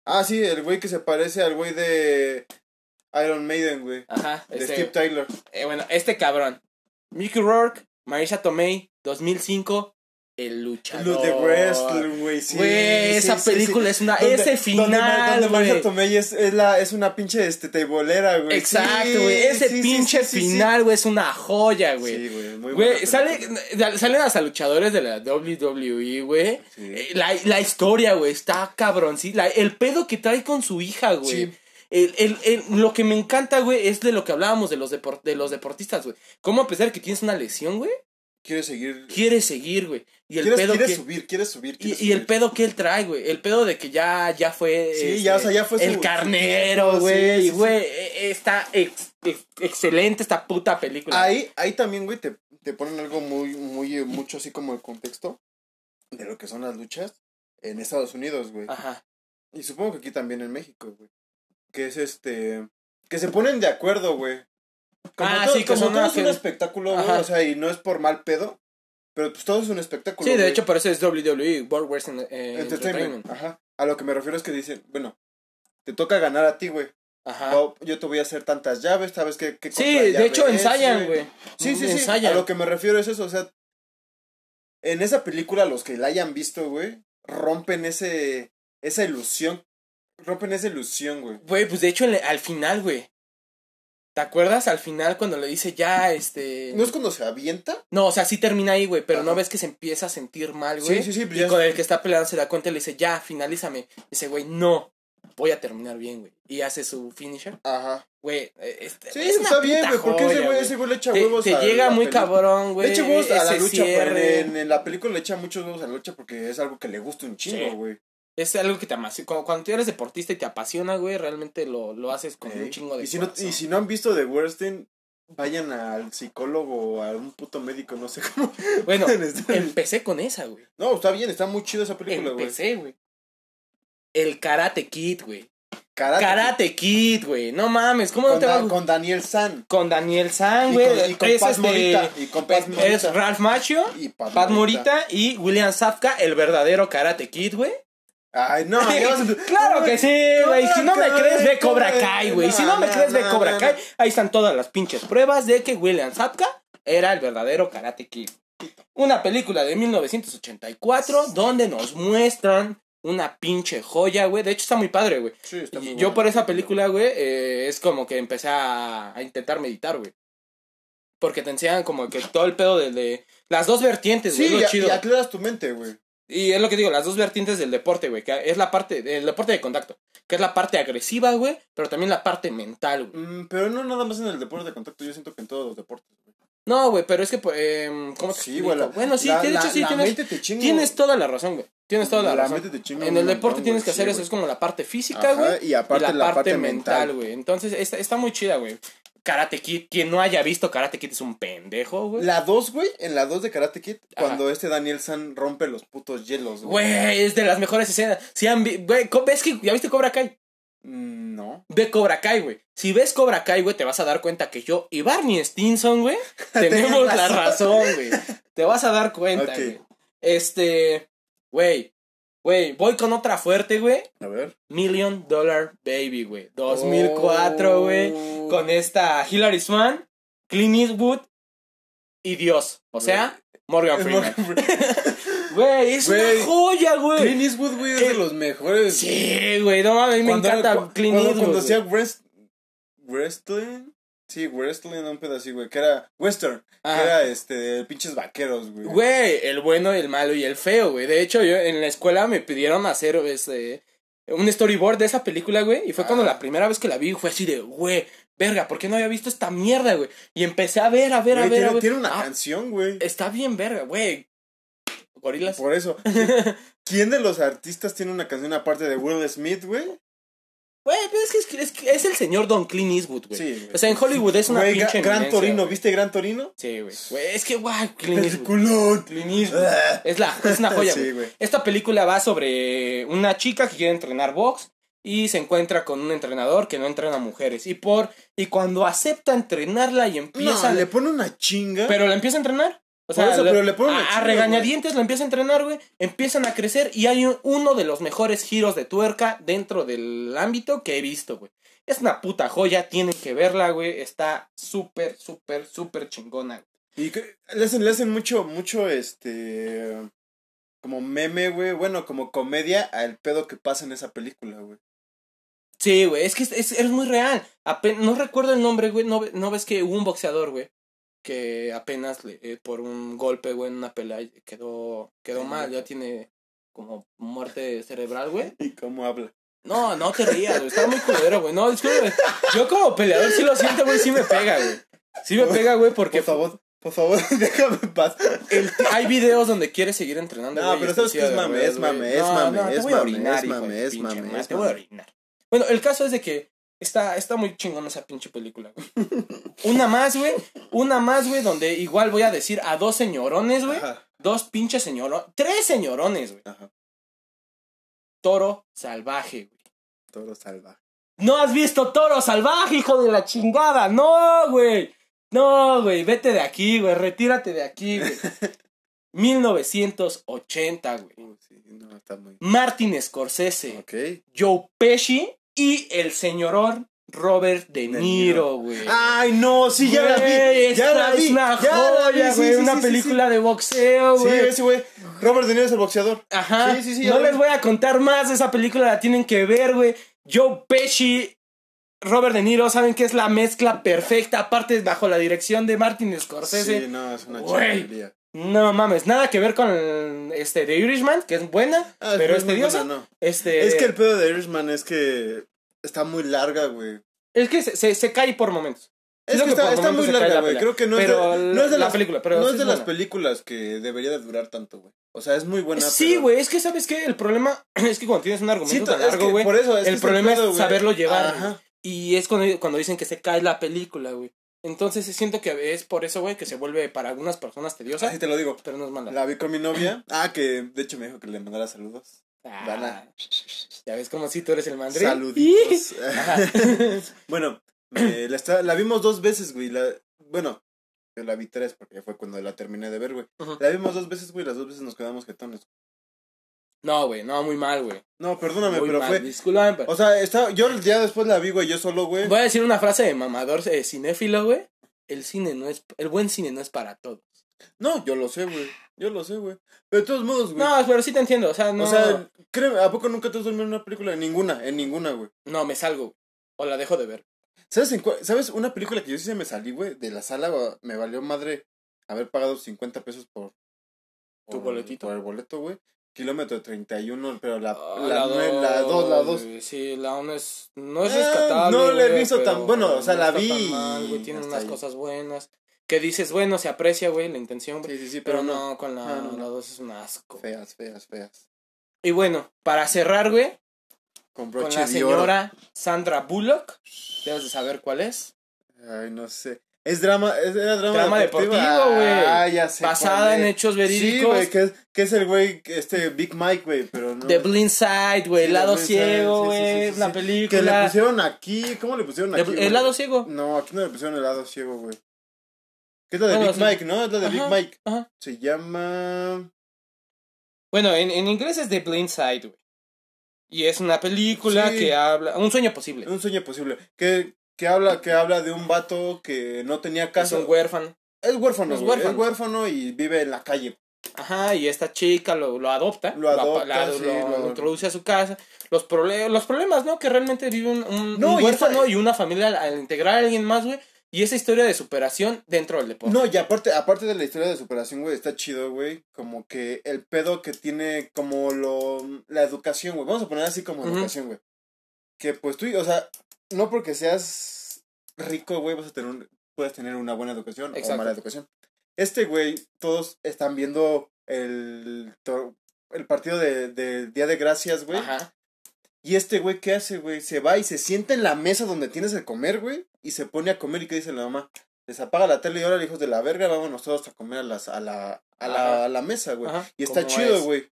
A: Ah, sí, el güey que se parece al güey de Iron Maiden, güey.
B: Ajá,
A: De
B: este,
A: Steve Tyler.
B: eh, bueno, este cabrón. Mickey Rourke, Marisa Tomei, 2005, El Luchador.
A: Lo de Wrestling, güey, sí.
B: Güey,
A: sí,
B: esa
A: sí,
B: película es una...
A: sí. Donde-
B: ese
A: donde Mar-
B: final,
A: Donde Marisa
B: güey.
A: Tomei es, es, la, es una pinche este, tebolera, güey. Sí,
B: Exacto, güey. ese
A: sí, sí,
B: pinche
A: sí, sí, sí.
B: final, güey, es una joya, güey.
A: Sí, güey, muy
B: Güey,
A: buena
B: sale,
A: película.
B: salen hasta luchadores de la WWE, güey.
A: Sí.
B: Eh, La, la historia, güey, está cabrón, sí. La- el pedo que trae con su hija, güey.
A: Sí.
B: El, el, el- lo que me encanta, güey, es de lo que hablábamos de los, depor- de los deportistas, güey. ¿Cómo a pesar de que tienes una lesión, güey?
A: Quiere seguir.
B: Quieres seguir, güey. Y el
A: Quieres,
B: pedo
A: quieres
B: que...
A: subir, quieres subir.
B: Y,
A: quieres
B: y el
A: subir.
B: pedo que él trae, güey. El pedo de que ya, ya fue. este,
A: Sí, ya, o sea, ya fue su-
B: El
A: su
B: carnero,
A: tiempo, sí,
B: güey.
A: sí,
B: y, güey, eh, eh, está ex- ex- excelente esta puta película.
A: Ahí, ahí también, güey, te, te ponen algo muy, muy, eh, mucho así como el contexto de lo que son las luchas en Estados Unidos, güey.
B: Ajá.
A: Y supongo que aquí también en México, güey. Que es este. Que se ponen de acuerdo, güey. Como
B: Ah,
A: todo,
B: sí, que
A: como
B: son
A: todo
B: una
A: es un
B: que-
A: espectáculo, güey.
B: Ajá.
A: O sea, y no es por mal pedo. Pero pues todo es un espectáculo.
B: Sí, de
A: güey.
B: hecho, por eso es WWE, World Wrestling eh,
A: Entertainment.
B: Entertainment.
A: Ajá. A lo que me refiero es que dicen, bueno, te toca ganar a ti, güey.
B: Ajá.
A: Yo- Yo te voy a hacer tantas llaves, ¿sabes qué? qué
B: Ah. Sí, de
A: contrallave
B: hecho
A: es,
B: ensayan, güey. Mm,
A: Sí, sí, sí.
B: Ensayan.
A: A lo que me refiero es eso, o sea, en esa película los que la hayan visto, güey, rompen ese esa ilusión, rompen esa ilusión, güey.
B: Güey, pues de hecho en- al final, güey. ¿Te acuerdas al final cuando le dice ya, este.
A: ¿No
B: No,
A: es cuando se avienta?
B: o sea, sí termina ahí, güey, pero no
A: Ajá.
B: ves que se empieza a sentir mal,
A: Sí,
B: güey.
A: sí, sí, pues
B: Y
A: ya-
B: con el que está peleando se da cuenta y le dice ya, finalízame. Dice, güey, no, voy a terminar bien, güey. Y hace su finisher.
A: Ajá.
B: Güey, eh, este,
A: Sí,
B: es una
A: está bien,
B: puta
A: güey, porque ese
B: joya,
A: güey, ese güey le echa
B: Te-
A: huevos
B: te,
A: a
B: llega
A: la
B: muy
A: película.
B: cabrón, güey.
A: Le echa huevos a la
B: ese
A: lucha, pero
B: cierre.
A: en, en la película le echa muchos huevos a la lucha porque es algo que le gusta un chingo,
B: Sí.
A: güey.
B: Es algo que te amasiona. Cuando, cuando tú eres deportista y te apasiona, güey, realmente lo, lo haces con
A: Ey.
B: un chingo de
A: y si, no,
B: corazón.
A: y si no han visto The Weinstein, vayan al psicólogo o a un puto médico, no sé cómo.
B: Bueno,
A: Está bien.
B: empecé con esa, güey.
A: No, está bien, está muy chida esa película, güey.
B: Empecé, güey. El Karate Kid, güey.
A: Karate.
B: Karate Kid, güey. No mames, ¿cómo no
A: Con,
B: te va a
A: Da-
B: gustar?
A: con Daniel San.
B: Con Daniel San,
A: Y
B: güey.
A: con- y con
B: Es
A: Pat
B: este-
A: Morita, y con Pat
B: es-
A: Morita.
B: Es Ralph Macchio,
A: Y Pat,
B: Pat Morita y William Safka, el verdadero Karate Kid, güey.
A: Ay, no, ya vas a empe-
B: Claro que sí,
A: Cobra
B: güey. Si no me
A: Kai,
B: crees, ve
A: Cobra
B: Cobra Kai, güey. Si no me
A: No,
B: crees, ve
A: no,
B: Cobra
A: no,
B: Kai. Ahí están todas las pinches pruebas de que William Zapka era el verdadero Karate Kid. Una película de 1984 donde nos muestran una pinche joya, güey. De hecho, está muy padre, güey.
A: Sí, está muy
B: Y
A: bueno.
B: Yo por esa película, güey, eh, es como que empecé a, a intentar meditar, güey. Porque te enseñan como que todo el pedo de, de- las dos vertientes, güey,
A: Sí,
B: lo
A: y,
B: chido.
A: y aclaras tu mente, güey.
B: Y es lo que digo, las dos vertientes del deporte, güey, que es la parte, el deporte de contacto, que es la parte agresiva, güey, pero también la parte mental, güey.
A: Mm, pero no nada más en el deporte de contacto, yo siento que en todos los deportes. güey.
B: No, güey, pero es que, pues, em, ¿cómo te
A: Sí,
B: explico?
A: güey, la-
B: Bueno, sí,
A: la-
B: de hecho
A: la-
B: sí,
A: la
B: tienes,
A: mente te chinga
B: tienes
A: un-
B: toda la razón, güey, tienes toda la,
A: la
B: razón.
A: mente te chinga
B: En
A: un
B: el
A: montón,
B: deporte
A: güey,
B: tienes que
A: sí,
B: hacer eso,
A: güey.
B: es como la parte física,
A: Ajá,
B: güey,
A: Y aparte
B: y la, parte, mental, güey. Entonces, está, está muy chida, güey. Karate Kid, quien no haya visto Karate Kid es un pendejo, güey.
A: La 2, güey, en la 2 de Karate Kid,
B: Ajá.
A: cuando este Daniel San rompe los putos hielos, güey.
B: Güey, es de las mejores escenas. Si han vi- güey, co- ves que ya viste Cobra Kai.
A: Mm, No.
B: Ve Cobra Kai, güey. Si ves Cobra Kai, güey, te vas a dar cuenta que yo y Barney Stinson, güey, tenemos la razón, güey. Te vas a dar cuenta,
A: Ok.
B: güey. Este, güey, güey, voy con otra fuerte, güey.
A: A ver.
B: Million Dollar Baby, güey. 2004, güey.
A: Oh.
B: con esta Hilary Swan, Clint Eastwood y Dios. O sea, Morgan
A: Es
B: Freeman.
A: Morgan Freeman.
B: Güey, es
A: Güey.
B: una joya, güey.
A: Clint Eastwood, güey, es de
B: Eh,
A: los mejores.
B: Sí, güey, no mames, a mí me
A: Cuando era-
B: encanta
A: cu-
B: Clint
A: cuando,
B: Eastwood.
A: Cuando
B: güey.
A: hacía wrest- wrestling. Sí, wrestling, un pedo así, güey. Que era western.
B: Ajá.
A: Que era, este, pinches vaqueros, güey.
B: Güey, el bueno, el malo y el feo, güey. De hecho, yo en la escuela me pidieron hacer este un storyboard de esa película, güey. Y fue cuando
A: Ajá.
B: la primera vez que la vi fue así de, güey, verga, ¿por qué no había visto esta mierda, güey? Y empecé a ver, a ver,
A: Güey,
B: a ver. a
A: tiene,
B: ver.
A: tiene una
B: Ah,
A: canción, güey.
B: Está bien, verga, güey. Gorilas.
A: Por eso. ¿Quién de los artistas tiene una canción aparte de Will Smith, güey?
B: Güey, pero es que es, es que es el señor Don Clint Eastwood, güey.
A: Sí, güey.
B: O sea, en Hollywood es una
A: Güey, Gra-
B: pinche
A: Gran
B: eminencia,
A: Torino,
B: güey.
A: ¿viste Gran Torino?
B: Sí, güey. Güey, es que guau, Clint Eastwood.
A: Peliculón.
B: Clint Eastwood. Es, la, es una joya,
A: Sí,
B: güey.
A: güey.
B: Esta película va sobre una chica que quiere entrenar box y se encuentra con un entrenador que no entrena mujeres. Y por y cuando acepta entrenarla y empieza...
A: No, le pone una chinga.
B: Pero la empieza a entrenar. O
A: Por
B: sea,
A: eso,
B: la-
A: pero le pone
B: a,
A: una
B: a
A: chinga, güey.
B: regañadientes la empieza a entrenar, güey. Empiezan a crecer y hay un- uno de los mejores giros de tuerca dentro del ámbito que he visto, güey. Es una puta joya, tienen que verla, güey. Está súper, súper, súper chingona. güey.
A: Y que- le hacen, le hacen mucho, mucho, este. Como meme, güey. Bueno, como comedia al pedo que pasa en esa película, güey.
B: Sí, güey, es que es, es- es muy real. Apen- no recuerdo el nombre, güey. No, ve- no ves que hubo un boxeador, güey. Que apenas le- eh, por un golpe, güey, en una pelea quedó, quedó mal. Ya tiene como muerte cerebral, güey.
A: Y cómo habla.
B: No, no te rías, güey. Está muy culero, güey. No, disculpe. Yo como peleador sí lo siento, güey. Sí me pega, güey. Sí me pega, güey, porque
A: Por favor, por favor, déjame en paz.
B: el t- hay videos donde quieres seguir entrenando.
A: No,
B: güey,
A: pero
B: y está
A: sabes que
B: chido
A: es
B: de
A: mame,
B: ver,
A: es
B: güey.
A: mame, es
B: No,
A: mame,
B: no, te
A: es
B: voy a
A: mame,
B: orinar,
A: es
B: hijo de
A: mame, es
B: pinche
A: mame,
B: madre,
A: es
B: Te voy a
A: mame.
B: orinar. Bueno, el caso es de que está, está muy chingona esa pinche película, güey. Una más, güey. Una más, güey, donde igual voy a decir a dos señorones, güey.
A: Ajá,
B: Dos pinches señorones. Tres señorones, güey.
A: ajá.
B: Toro salvaje, güey.
A: Toro salvaje.
B: No has visto toro salvaje, hijo de la chingada. No, güey. No, güey. Vete de aquí, güey. Retírate de aquí, güey. 1980, güey.
A: Uh, sí, no, está muy.
B: Martin Scorsese,
A: Ok.
B: Joe Pesci y el señorón Robert De
A: Niro.
B: Niro, güey.
A: Ay, no, sí, ya la
B: Güey,
A: vi. Ya
B: esta
A: la vi.
B: Es una
A: ya la vi,
B: joya,
A: sí,
B: güey.
A: sí,
B: una
A: sí, sí,
B: película de boxeo,
A: Sí, Sí,
B: güey.
A: ese güey. Robert De Niro es el boxeador.
B: Ajá.
A: Sí, sí, sí, ya
B: no
A: lo
B: les
A: vi.
B: voy a contar más de esa película, la tienen que ver, güey. Joe Pesci, Robert De Niro, saben que es la mezcla perfecta, aparte bajo la dirección de Martin Scorsese.
A: Sí, no, es una
B: Güey.
A: chingonería.
B: No mames, nada que ver con este The Irishman, que es buena,
A: Ah, es
B: pero
A: muy
B: es
A: buena,
B: tediosa.
A: no.
B: Este,
A: Es que el pedo de Irishman es que está muy larga, güey.
B: es que se, se- se cae por momentos.
A: Es
B: Creo
A: que
B: que
A: está,
B: por
A: está
B: momentos
A: muy
B: se cae
A: larga,
B: la
A: güey.
B: pela.
A: Creo que no es de,
B: Pero
A: no es de
B: la
A: las,
B: película, pero
A: no
B: sí
A: es de
B: es
A: las
B: buena.
A: películas que debería de durar tanto, güey. O sea, es muy buena.
B: sí,
A: pero-
B: güey, es que sabes que el problema es que cuando tienes un argumento
A: Siento-
B: tan
A: es
B: largo,
A: que
B: güey,
A: por eso, es que
B: el
A: es
B: problema
A: pedo,
B: es
A: güey.
B: saberlo llevar.
A: Ajá.
B: güey. Y es cuando, cuando dicen que se cae la película, güey. Entonces siento que es por eso, güey, que se vuelve para algunas personas tediosa,
A: Así te lo digo.
B: pero no es mala.
A: La vi con mi novia. Ah, que de hecho me dijo que le mandara saludos.
B: Ah,
A: Dana.
B: ya ves como si tú eres el mandril.
A: Saluditos.
B: Ajá.
A: bueno, me- la, está- la vimos dos veces, güey. La, bueno, yo la vi tres porque ya fue cuando la terminé de ver, güey.
B: Ujú.
A: La vimos dos veces, güey. Las dos veces nos quedamos jetones.
B: No, güey, no, muy mal, güey.
A: No, perdóname,
B: Muy
A: pero
B: mal,
A: fue.
B: disculpa, pero-
A: O sea, estaba, yo ya después la vi, güey, yo solo, güey.
B: Voy a decir una frase de mamador eh, cinéfilo, güey. El cine no es, el buen cine no es para todos.
A: No, yo lo sé, güey. Yo lo sé, güey. Pero de todos modos, güey.
B: No, pero sí te entiendo, o sea, no,
A: O sea, créeme, ¿a poco nunca te has dormido en una película? En ninguna, en ninguna, güey.
B: no me salgo o la dejo de ver.
A: ¿Sabes, en cuál- ¿Sabes una película que yo sí se me salí, güey? De la sala, güey, me valió madre haber pagado 50 pesos por...
B: Tu
A: por-
B: boletito.
A: Por el boleto, güey. Kilómetro 31, pero la
B: Ah,
A: la nue- la dos, la dos.
B: güey, Sí, la 1 es, no es
A: Ah,
B: rescatable.
A: no la he
B: güey,
A: visto tan-
B: pero
A: bueno, o sea, la
B: está
A: vi
B: tan mal, güey,
A: y
B: tiene
A: hasta
B: unas
A: ahí.
B: cosas buenas. Que dices, bueno, se aprecia, güey, la intención, güey.
A: Sí, sí, sí,
B: pero no, con la
A: No, no,
B: 2
A: no.
B: es un asco.
A: Feas, feas, feas.
B: Y bueno, para cerrar, güey,
A: Con broche
B: con la
A: de oro.
B: señora Sandra Bullock. Debes de saber cuál es.
A: Ay, no sé. Es drama, es, era drama,
B: Drama deportivo, güey.
A: Ah, ya sé.
B: Basada
A: cuál
B: en
A: es.
B: hechos
A: Sí,
B: verídicos.
A: güey, que, es- que es el güey, este Big Mike, güey, pero no.
B: The Blind Side, güey,
A: Sí,
B: El lado
A: The Blind
B: ciego,
A: Side, sí, sí,
B: güey,
A: sí, sí,
B: una
A: sí.
B: película.
A: Que le pusieron aquí, ¿cómo le pusieron
B: The-
A: aquí? güey?
B: el lado ciego.
A: No, aquí no le pusieron el lado ciego, güey. Que es la de
B: Bueno,
A: Big
B: sí.
A: Mike, ¿no? Es la de
B: Ah, Ajá,
A: Big Mike.
B: ajá.
A: Se llama...
B: Bueno, en, en inglés es The Blind Side, güey. Y es una película
A: Sí.
B: que habla. Un sueño posible.
A: Un sueño posible. Que, que habla que habla de un vato que no tenía
B: Es
A: casa.
B: un huérfano.
A: Es huérfano,
B: Es
A: güey. Es
B: huérfano.
A: huérfano y vive en la calle.
B: Ajá, y esta chica lo, lo adopta.
A: Lo
B: apa-
A: adopta,
B: la-
A: sí,
B: lo,
A: lo-
B: introduce a su casa. Los, prole- los problemas, ¿no? Que realmente vive un, un-
A: No,
B: un
A: y esta-
B: huérfano y una familia al, al integrar a alguien más, güey. Y esa historia de superación dentro del deporte.
A: No, y aparte, aparte de la historia de superación, güey, está chido, güey. Como que el pedo que tiene como lo la educación, güey. Vamos a poner así como
B: Ujú.
A: educación, güey. Que pues tú, o sea, no porque seas rico, güey, vas a tener un- puedes tener una buena educación o
B: Exacto.
A: mala educación. Este güey, todos están viendo el tor- el partido de, del Día de Gracias, güey.
B: Ajá.
A: Y este güey, ¿qué hace, güey? Se va y se sienta en la mesa donde tienes el comer, güey. Y se pone a comer y ¿qué dice la mamá? Les apaga la tele y ahora, hijos de la verga, vámonos todos a comer a, las, a, la, a, la,
B: Ajá.
A: a la mesa, güey.
B: Ajá,
A: Y está
B: ¿cómo
A: chido,
B: es?
A: güey.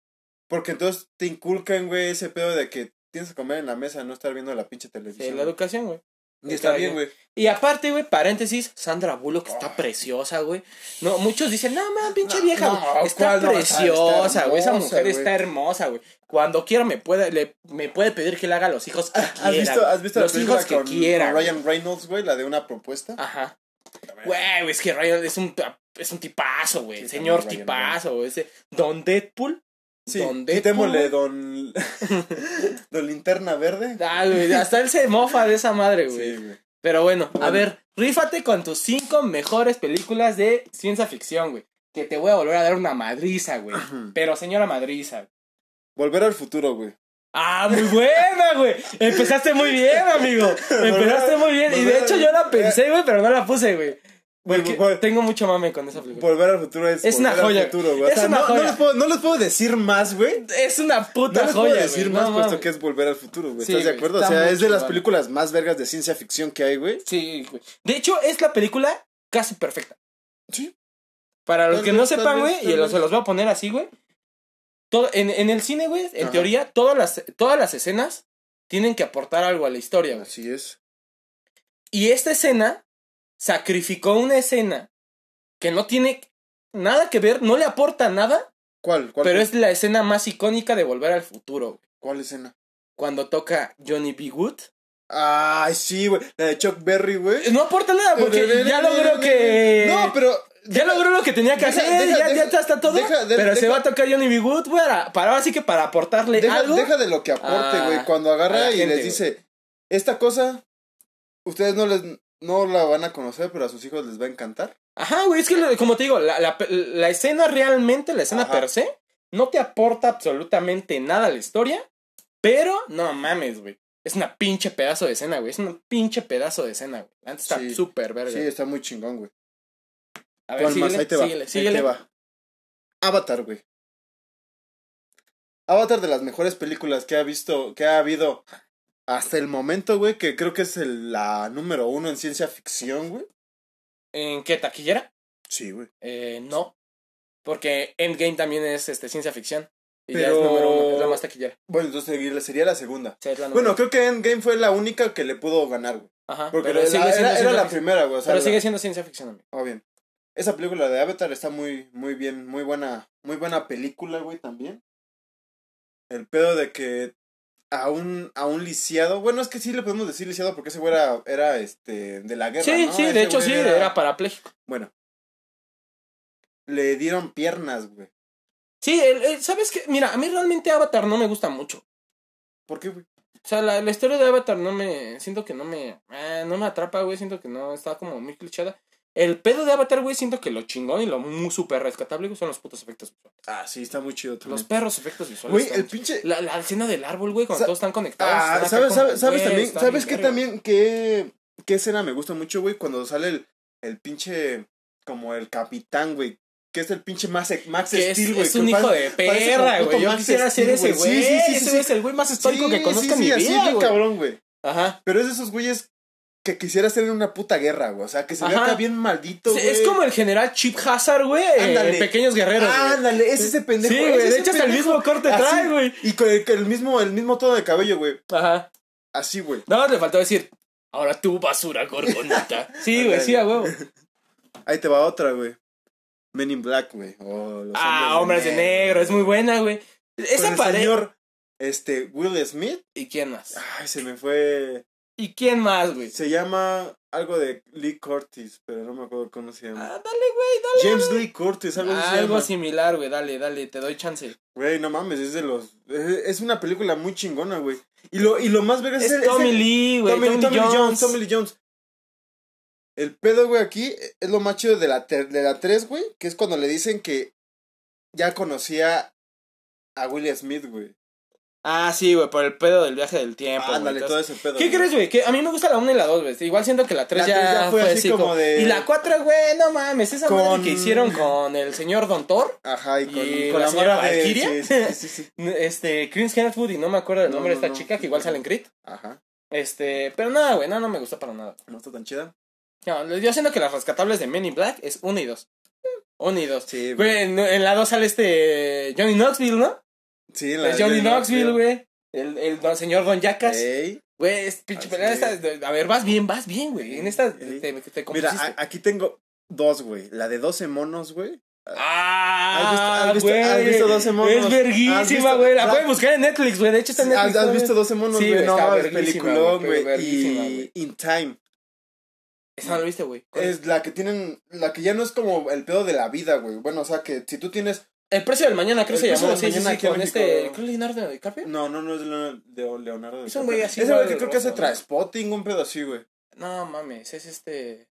A: Porque entonces te inculcan, güey, ese pedo de que tienes que comer en la mesa, no estar viendo la pinche
B: Sí,
A: televisión.
B: la educación, güey.
A: y está
B: Está
A: bien, güey.
B: Y aparte, güey, paréntesis, Sandra Bullock está
A: Ah.
B: preciosa, güey. No, muchos dicen, no, man, pinche
A: No,
B: vieja,
A: no,
B: güey. está
A: ¿cuál no? Está- está
B: preciosa, güey. Esa
A: hermosa,
B: mujer
A: güey.
B: está hermosa, güey. Cuando quiera me puede, le, me puede pedir que le haga a los hijos que quiera.
A: ¿Has visto,
B: güey.
A: ¿Has visto la
B: los
A: película
B: hijos que
A: con,
B: quiera. Ah,
A: con Ryan Reynolds, güey? La de una propuesta.
B: güey. Ajá. Güey, güey, es que Ryan es un, es un tipazo, güey.
A: Sí,
B: el señor
A: también Ryan,
B: tipazo, güey. Ese Don Deadpool.
A: sí,
B: Don
A: quitémosle
B: Deadpool.
A: don... don Linterna Verde.
B: Ah, güey, hasta él se mofa de esa madre, güey.
A: Sí, güey.
B: Pero bueno, a
A: Bueno.
B: ver, rífate con tus cinco mejores películas de ciencia ficción, güey. Que te voy a volver a dar una madriza, güey. Pero señora madriza. güey.
A: Volver al futuro, güey.
B: Ah, muy buena, güey. Empezaste muy bien, amigo. Empezaste muy bien. Y de hecho yo la pensé, güey, pero no la puse, güey.
A: Güey,
B: Porque
A: güey.
B: tengo mucho mame con esa película.
A: Volver al futuro es.
B: Es una
A: volver al
B: joya.
A: futuro, güey. O
B: Es
A: sea,
B: una
A: no,
B: joya.
A: No les, puedo, no les puedo decir más, güey.
B: Es una
A: No
B: puta
A: les
B: joya,
A: puedo decir
B: güey.
A: más,
B: No
A: puesto
B: mames.
A: que es volver al futuro, güey.
B: Sí,
A: ¿Estás de
B: güey,
A: acuerdo? O
B: está
A: sea,
B: muy
A: es de las
B: chingón.
A: películas más vergas de ciencia ficción que hay, güey.
B: Sí, güey. De hecho, es la película casi perfecta.
A: Sí.
B: Para los
A: Tal
B: que
A: vez,
B: no
A: tal vez,
B: sepan, güey, y
A: tal
B: los-
A: vez.
B: se los voy a poner así, güey. Todo, en, en el cine, güey, en
A: Ajá.
B: teoría, todas las, todas las escenas tienen que aportar algo a la historia, güey.
A: Así es.
B: Y esta escena sacrificó una escena que no tiene nada que ver, no le aporta nada,
A: ¿Cuál? ¿Cuál,
B: pero este- es la escena más icónica de Volver al Futuro, güey.
A: ¿cuál escena?
B: Cuando toca Johnny B. Good.
A: Ay, sí, güey. La de Chuck Berry, güey.
B: No aporta nada porque ya logró que...
A: No, pero.
B: Ya logró lo que tenía que
A: Deja,
B: hacer,
A: deja,
B: ya,
A: deja,
B: ya está todo.
A: deja, de-
B: pero se
A: deja.
B: va a tocar Johnny B. Good, güey, para, para- ahora sí que para aportarle
A: Deja,
B: algo.
A: deja de lo que aporte,
B: Ah,
A: güey. Cuando
B: a
A: agarra
B: la
A: y
B: gente,
A: les dice, esta cosa, ustedes no les no la van a conocer, pero a sus hijos les va a encantar.
B: Ajá, güey, es que lo- como te digo, la, la, la escena realmente, la escena
A: Ajá.
B: per se, no te aporta absolutamente nada a la historia, pero no mames, güey. Es una pinche pedazo de escena, güey. Es un pinche pedazo de escena, güey. Antes está
A: Sí.
B: súper verga.
A: Sí, está muy chingón, güey.
B: a
A: ¿Cuál
B: síguele,
A: más? Ahí te va.
B: síguele,
A: ahí
B: síguele.
A: te va. Avatar, güey. Avatar de las mejores películas que ha visto, que ha habido hasta el momento, güey, que creo que es el- la número uno en ciencia ficción, güey.
B: ¿En qué taquillera?
A: Sí, güey.
B: Eh, no. Porque Endgame también es este, ciencia ficción. Y ya
A: Pero-
B: es número uno, es la más taquillera.
A: Bueno, entonces sería- sería la segunda.
B: Sí, es la número
A: Bueno, creo que Endgame fue la única que le pudo ganar, güey.
B: Ajá,
A: Porque
B: pero
A: la-
B: sigue siendo
A: era, era
B: ciencia
A: la
B: ficción.
A: primera, güey. O sea,
B: Pero
A: la-
B: sigue siendo ciencia ficción, amigo.
A: Oh, bien. Esa película de Avatar está muy, muy bien, muy buena, muy buena película, güey, también. el pedo de que a un, a un lisiado, bueno, es que sí le podemos decir lisiado porque ese güey era, era este, de la guerra.
B: sí,
A: ¿no?
B: sí, de
A: Ese
B: hecho
A: güey
B: sí, era, parapléjico.
A: Bueno, le dieron piernas, güey.
B: Sí, el- el- ¿sabes qué? Mira, a mí realmente Avatar no me gusta mucho.
A: ¿Por qué, güey?
B: O sea, la, la historia de Avatar no me. Siento que no me. ah, no me atrapa, güey. Siento que no. Está como muy clichada. El pedo de Avatar, güey, siento que lo chingón y lo muy super rescatable, güey, son los putos efectos visuales.
A: Ah, sí, está muy chido
B: Los
A: también.
B: perros efectos visuales.
A: Güey,
B: están
A: el pinche...
B: La, la escena del árbol, güey, cuando
A: Sa-
B: todos están conectados.
A: Ah,
B: están acá
A: ¿sabes,
B: como,
A: sabes, sabes
B: güey,
A: también?
B: está
A: ¿Sabes qué
B: bien verga.
A: también? ¿Qué, ¿Qué escena me gusta mucho, güey? Cuando sale el, el pinche... Como el capitán, güey. Que es el pinche Max, Max
B: Que es,
A: Steel, güey.
B: es
A: que
B: un hijo
A: parece-
B: de
A: parece
B: perra,
A: como
B: güey.
A: puto
B: Yo
A: Max
B: quisiera ser
A: Steel,
B: ese,
A: güey. Sí,
B: güey.
A: sí, sí,
B: ese
A: sí,
B: güey es el güey más histórico
A: Sí,
B: que conozca
A: sí,
B: en
A: sí,
B: mi
A: así
B: vida,
A: bien
B: güey.
A: cabrón, güey.
B: Ajá.
A: Pero es de esos güeyes que quisiera ser en una puta guerra, güey. O sea, que se vea
B: Ajá.
A: acá bien maldito,
B: Sí,
A: güey.
B: es como el general Chip Hazard, güey.
A: Ándale.
B: En Pequeños Guerreros, güey.
A: Ándale, es ese pendejo.
B: Sí,
A: es
B: güey.
A: ese
B: De hecho, hasta el
A: pendejo.
B: mismo corte
A: Así.
B: trae, güey.
A: Y con el, con el mismo, el mismo tono de cabello, güey.
B: Ajá.
A: Así, güey.
B: Nada más le faltó decir, ahora tú basura gorgonita. Sí, güey, sí, a huevo.
A: Ahí te va otra, güey. Men in Black, güey. O los
B: Ah, hombres de negro, es muy buena, güey. Esa
A: Con el
B: pared.
A: señor, este, Will Smith.
B: ¿Y quién más?
A: Ay, se me fue.
B: ¿Y quién más, güey?
A: Se llama algo de Lee Curtis, pero no me acuerdo cómo se llama.
B: Ah, dale, güey, dale.
A: James Lee Curtis, algo, así. se
B: Algo
A: llama.
B: similar, güey, dale, dale, te doy chance.
A: Güey, no mames, es de los. Es, es una película muy chingona, güey. Y lo, y lo más verga es,
B: Es
A: el-
B: Tommy
A: el-
B: Lee, güey, Tommy,
A: Tommy
B: Jones.
A: Tommy Lee Jones. El pedo, güey, aquí es lo más chido de la, ter- de la 3, güey, que es cuando le dicen que ya conocía a Will Smith, güey.
B: Ah, sí, güey, por el pedo del viaje del tiempo. güey,
A: Ándale,
B: entonces-
A: todo ese pedo.
B: ¿Qué
A: güey.
B: crees, güey? Que a mí me gusta la 1 y la 2, güey. Igual siento que la
A: La
B: 3 ya,
A: tres
B: fue así como
A: de-
B: Y la 4, güey, no mames, esa madre
A: Con-
B: que hicieron con el señor Don Thor,
A: Ajá, y con,
B: ¿Y
A: con
B: la
A: la
B: señora
A: morra de.
B: Valkyria?
A: Sí, sí, sí, sí.
B: este, Chris Hemsworth y no me acuerdo el
A: No,
B: nombre
A: no,
B: de esta
A: no.
B: chica que igual sale en Creed.
A: Ajá,
B: Este, pero nada, güey, no, no me gustó para nada.
A: no está tan chida.
B: No, yo siento que las rescatables de Men in Black es 1 y 2. 1 y 2.
A: Sí,
B: Güey, en, en la 2 sale este Johnny Knoxville, ¿no?
A: Sí, la
B: Es
A: de
B: Johnny Knoxville, güey. El, el don- señor Don Yacas.
A: Ey.
B: Güey, es pinche
A: Eh, Así
B: pelea.
A: es.
B: esta- de- a ver, vas bien, vas bien, güey. En esta
A: Ey.
B: te, te
A: Mira,
B: compusiste.
A: a- aquí tengo dos, güey. La de 12 monos, güey.
B: ah,
A: ¿Has visto- has
B: güey.
A: visto- has visto 12 monos?
B: Es
A: ¿Has visto-
B: verguísima, güey. La
A: la-
B: pueden buscar en Netflix, güey. De hecho, está en
A: ¿Has,
B: Netflix.
A: has
B: güey.
A: visto 12 monos,
B: Sí,
A: güey?
B: güey,
A: no,
B: está
A: mames,
B: verguísima,
A: peliculón,
B: güey,
A: güey.
B: pero verguísima,
A: Y
B: güey.
A: In Time.
B: Esa no la viste, güey. ¿Cuál es?
A: Es la que tienen, la que ya no es como el pedo de la vida, güey. Bueno, o sea, que si tú tienes...
B: El precio del mañana, creo
A: El
B: que se
A: precio del
B: llamó. Sí, sí,
A: mañana
B: sí,
A: aquí en
B: con
A: México.
B: este. ¿Creo Leonardo DiCaprio?
A: No, no, no es Leonardo- de Leonardo.
B: Es un
A: DiCaprio.
B: güey así,
A: Es el güey
B: güey,
A: que creo que hace
B: rojo, ¿no?
A: Traspotting, un pedo así, güey.
B: No mames, es este.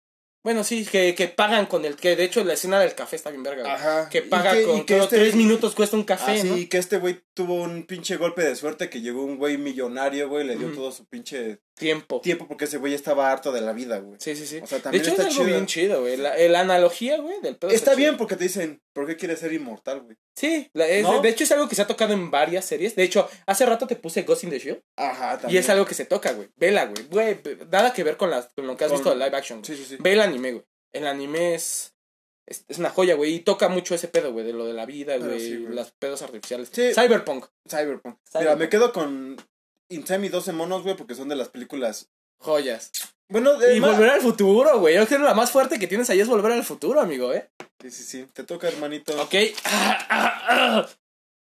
B: Bueno, sí, que, que pagan con el. Que de hecho la escena del café está bien verga, güey.
A: Ajá.
B: Que
A: Y
B: paga
A: que- y
B: con.
A: que
B: creo,
A: este-
B: Tres minutos cuesta un café,
A: Así
B: Ah, ¿no?
A: que este güey tuvo un pinche golpe de suerte que llegó un güey millonario, güey, le dio
B: Ujú.
A: todo su pinche
B: Tiempo.
A: tiempo porque ese güey estaba harto de la vida, güey.
B: Sí, sí, sí.
A: O sea,
B: De
A: también
B: hecho, es
A: está
B: algo
A: chido.
B: bien chido, güey. La, eh, la analogía, güey, del pedo.
A: Está
B: chido.
A: bien porque te dicen, ¿por qué quieres ser inmortal, güey?
B: Sí, la- es-
A: ¿No?
B: de hecho es algo que se ha tocado en varias series. De hecho, hace rato te puse Ghost in the Shell.
A: Ajá,
B: Y
A: también.
B: es algo que se toca, güey. Vela, güey. Güey, ve- nada que ver con, las, con lo que has
A: Con-
B: visto de live action. güey.
A: Sí, sí, sí.
B: Ve el anime, güey. El anime es. Es, es una joya, güey. Y toca mucho ese pedo, güey. De lo de la vida,
A: Pero
B: güey.
A: sí, güey.
B: las pedos artificiales.
A: Sí.
B: Cyberpunk.
A: Cyberpunk. Mira,
B: Cyberpunk.
A: me quedo con In Time y 12 monos, güey, porque son de las películas.
B: Joyas.
A: Bueno, de
B: Y
A: ma-
B: volver al futuro, güey. Yo creo que la más fuerte que tienes ahí es volver al futuro, amigo, ¿eh?
A: Sí, sí, sí. Te toca, hermanito.
B: Ok. Ah, ah, ah.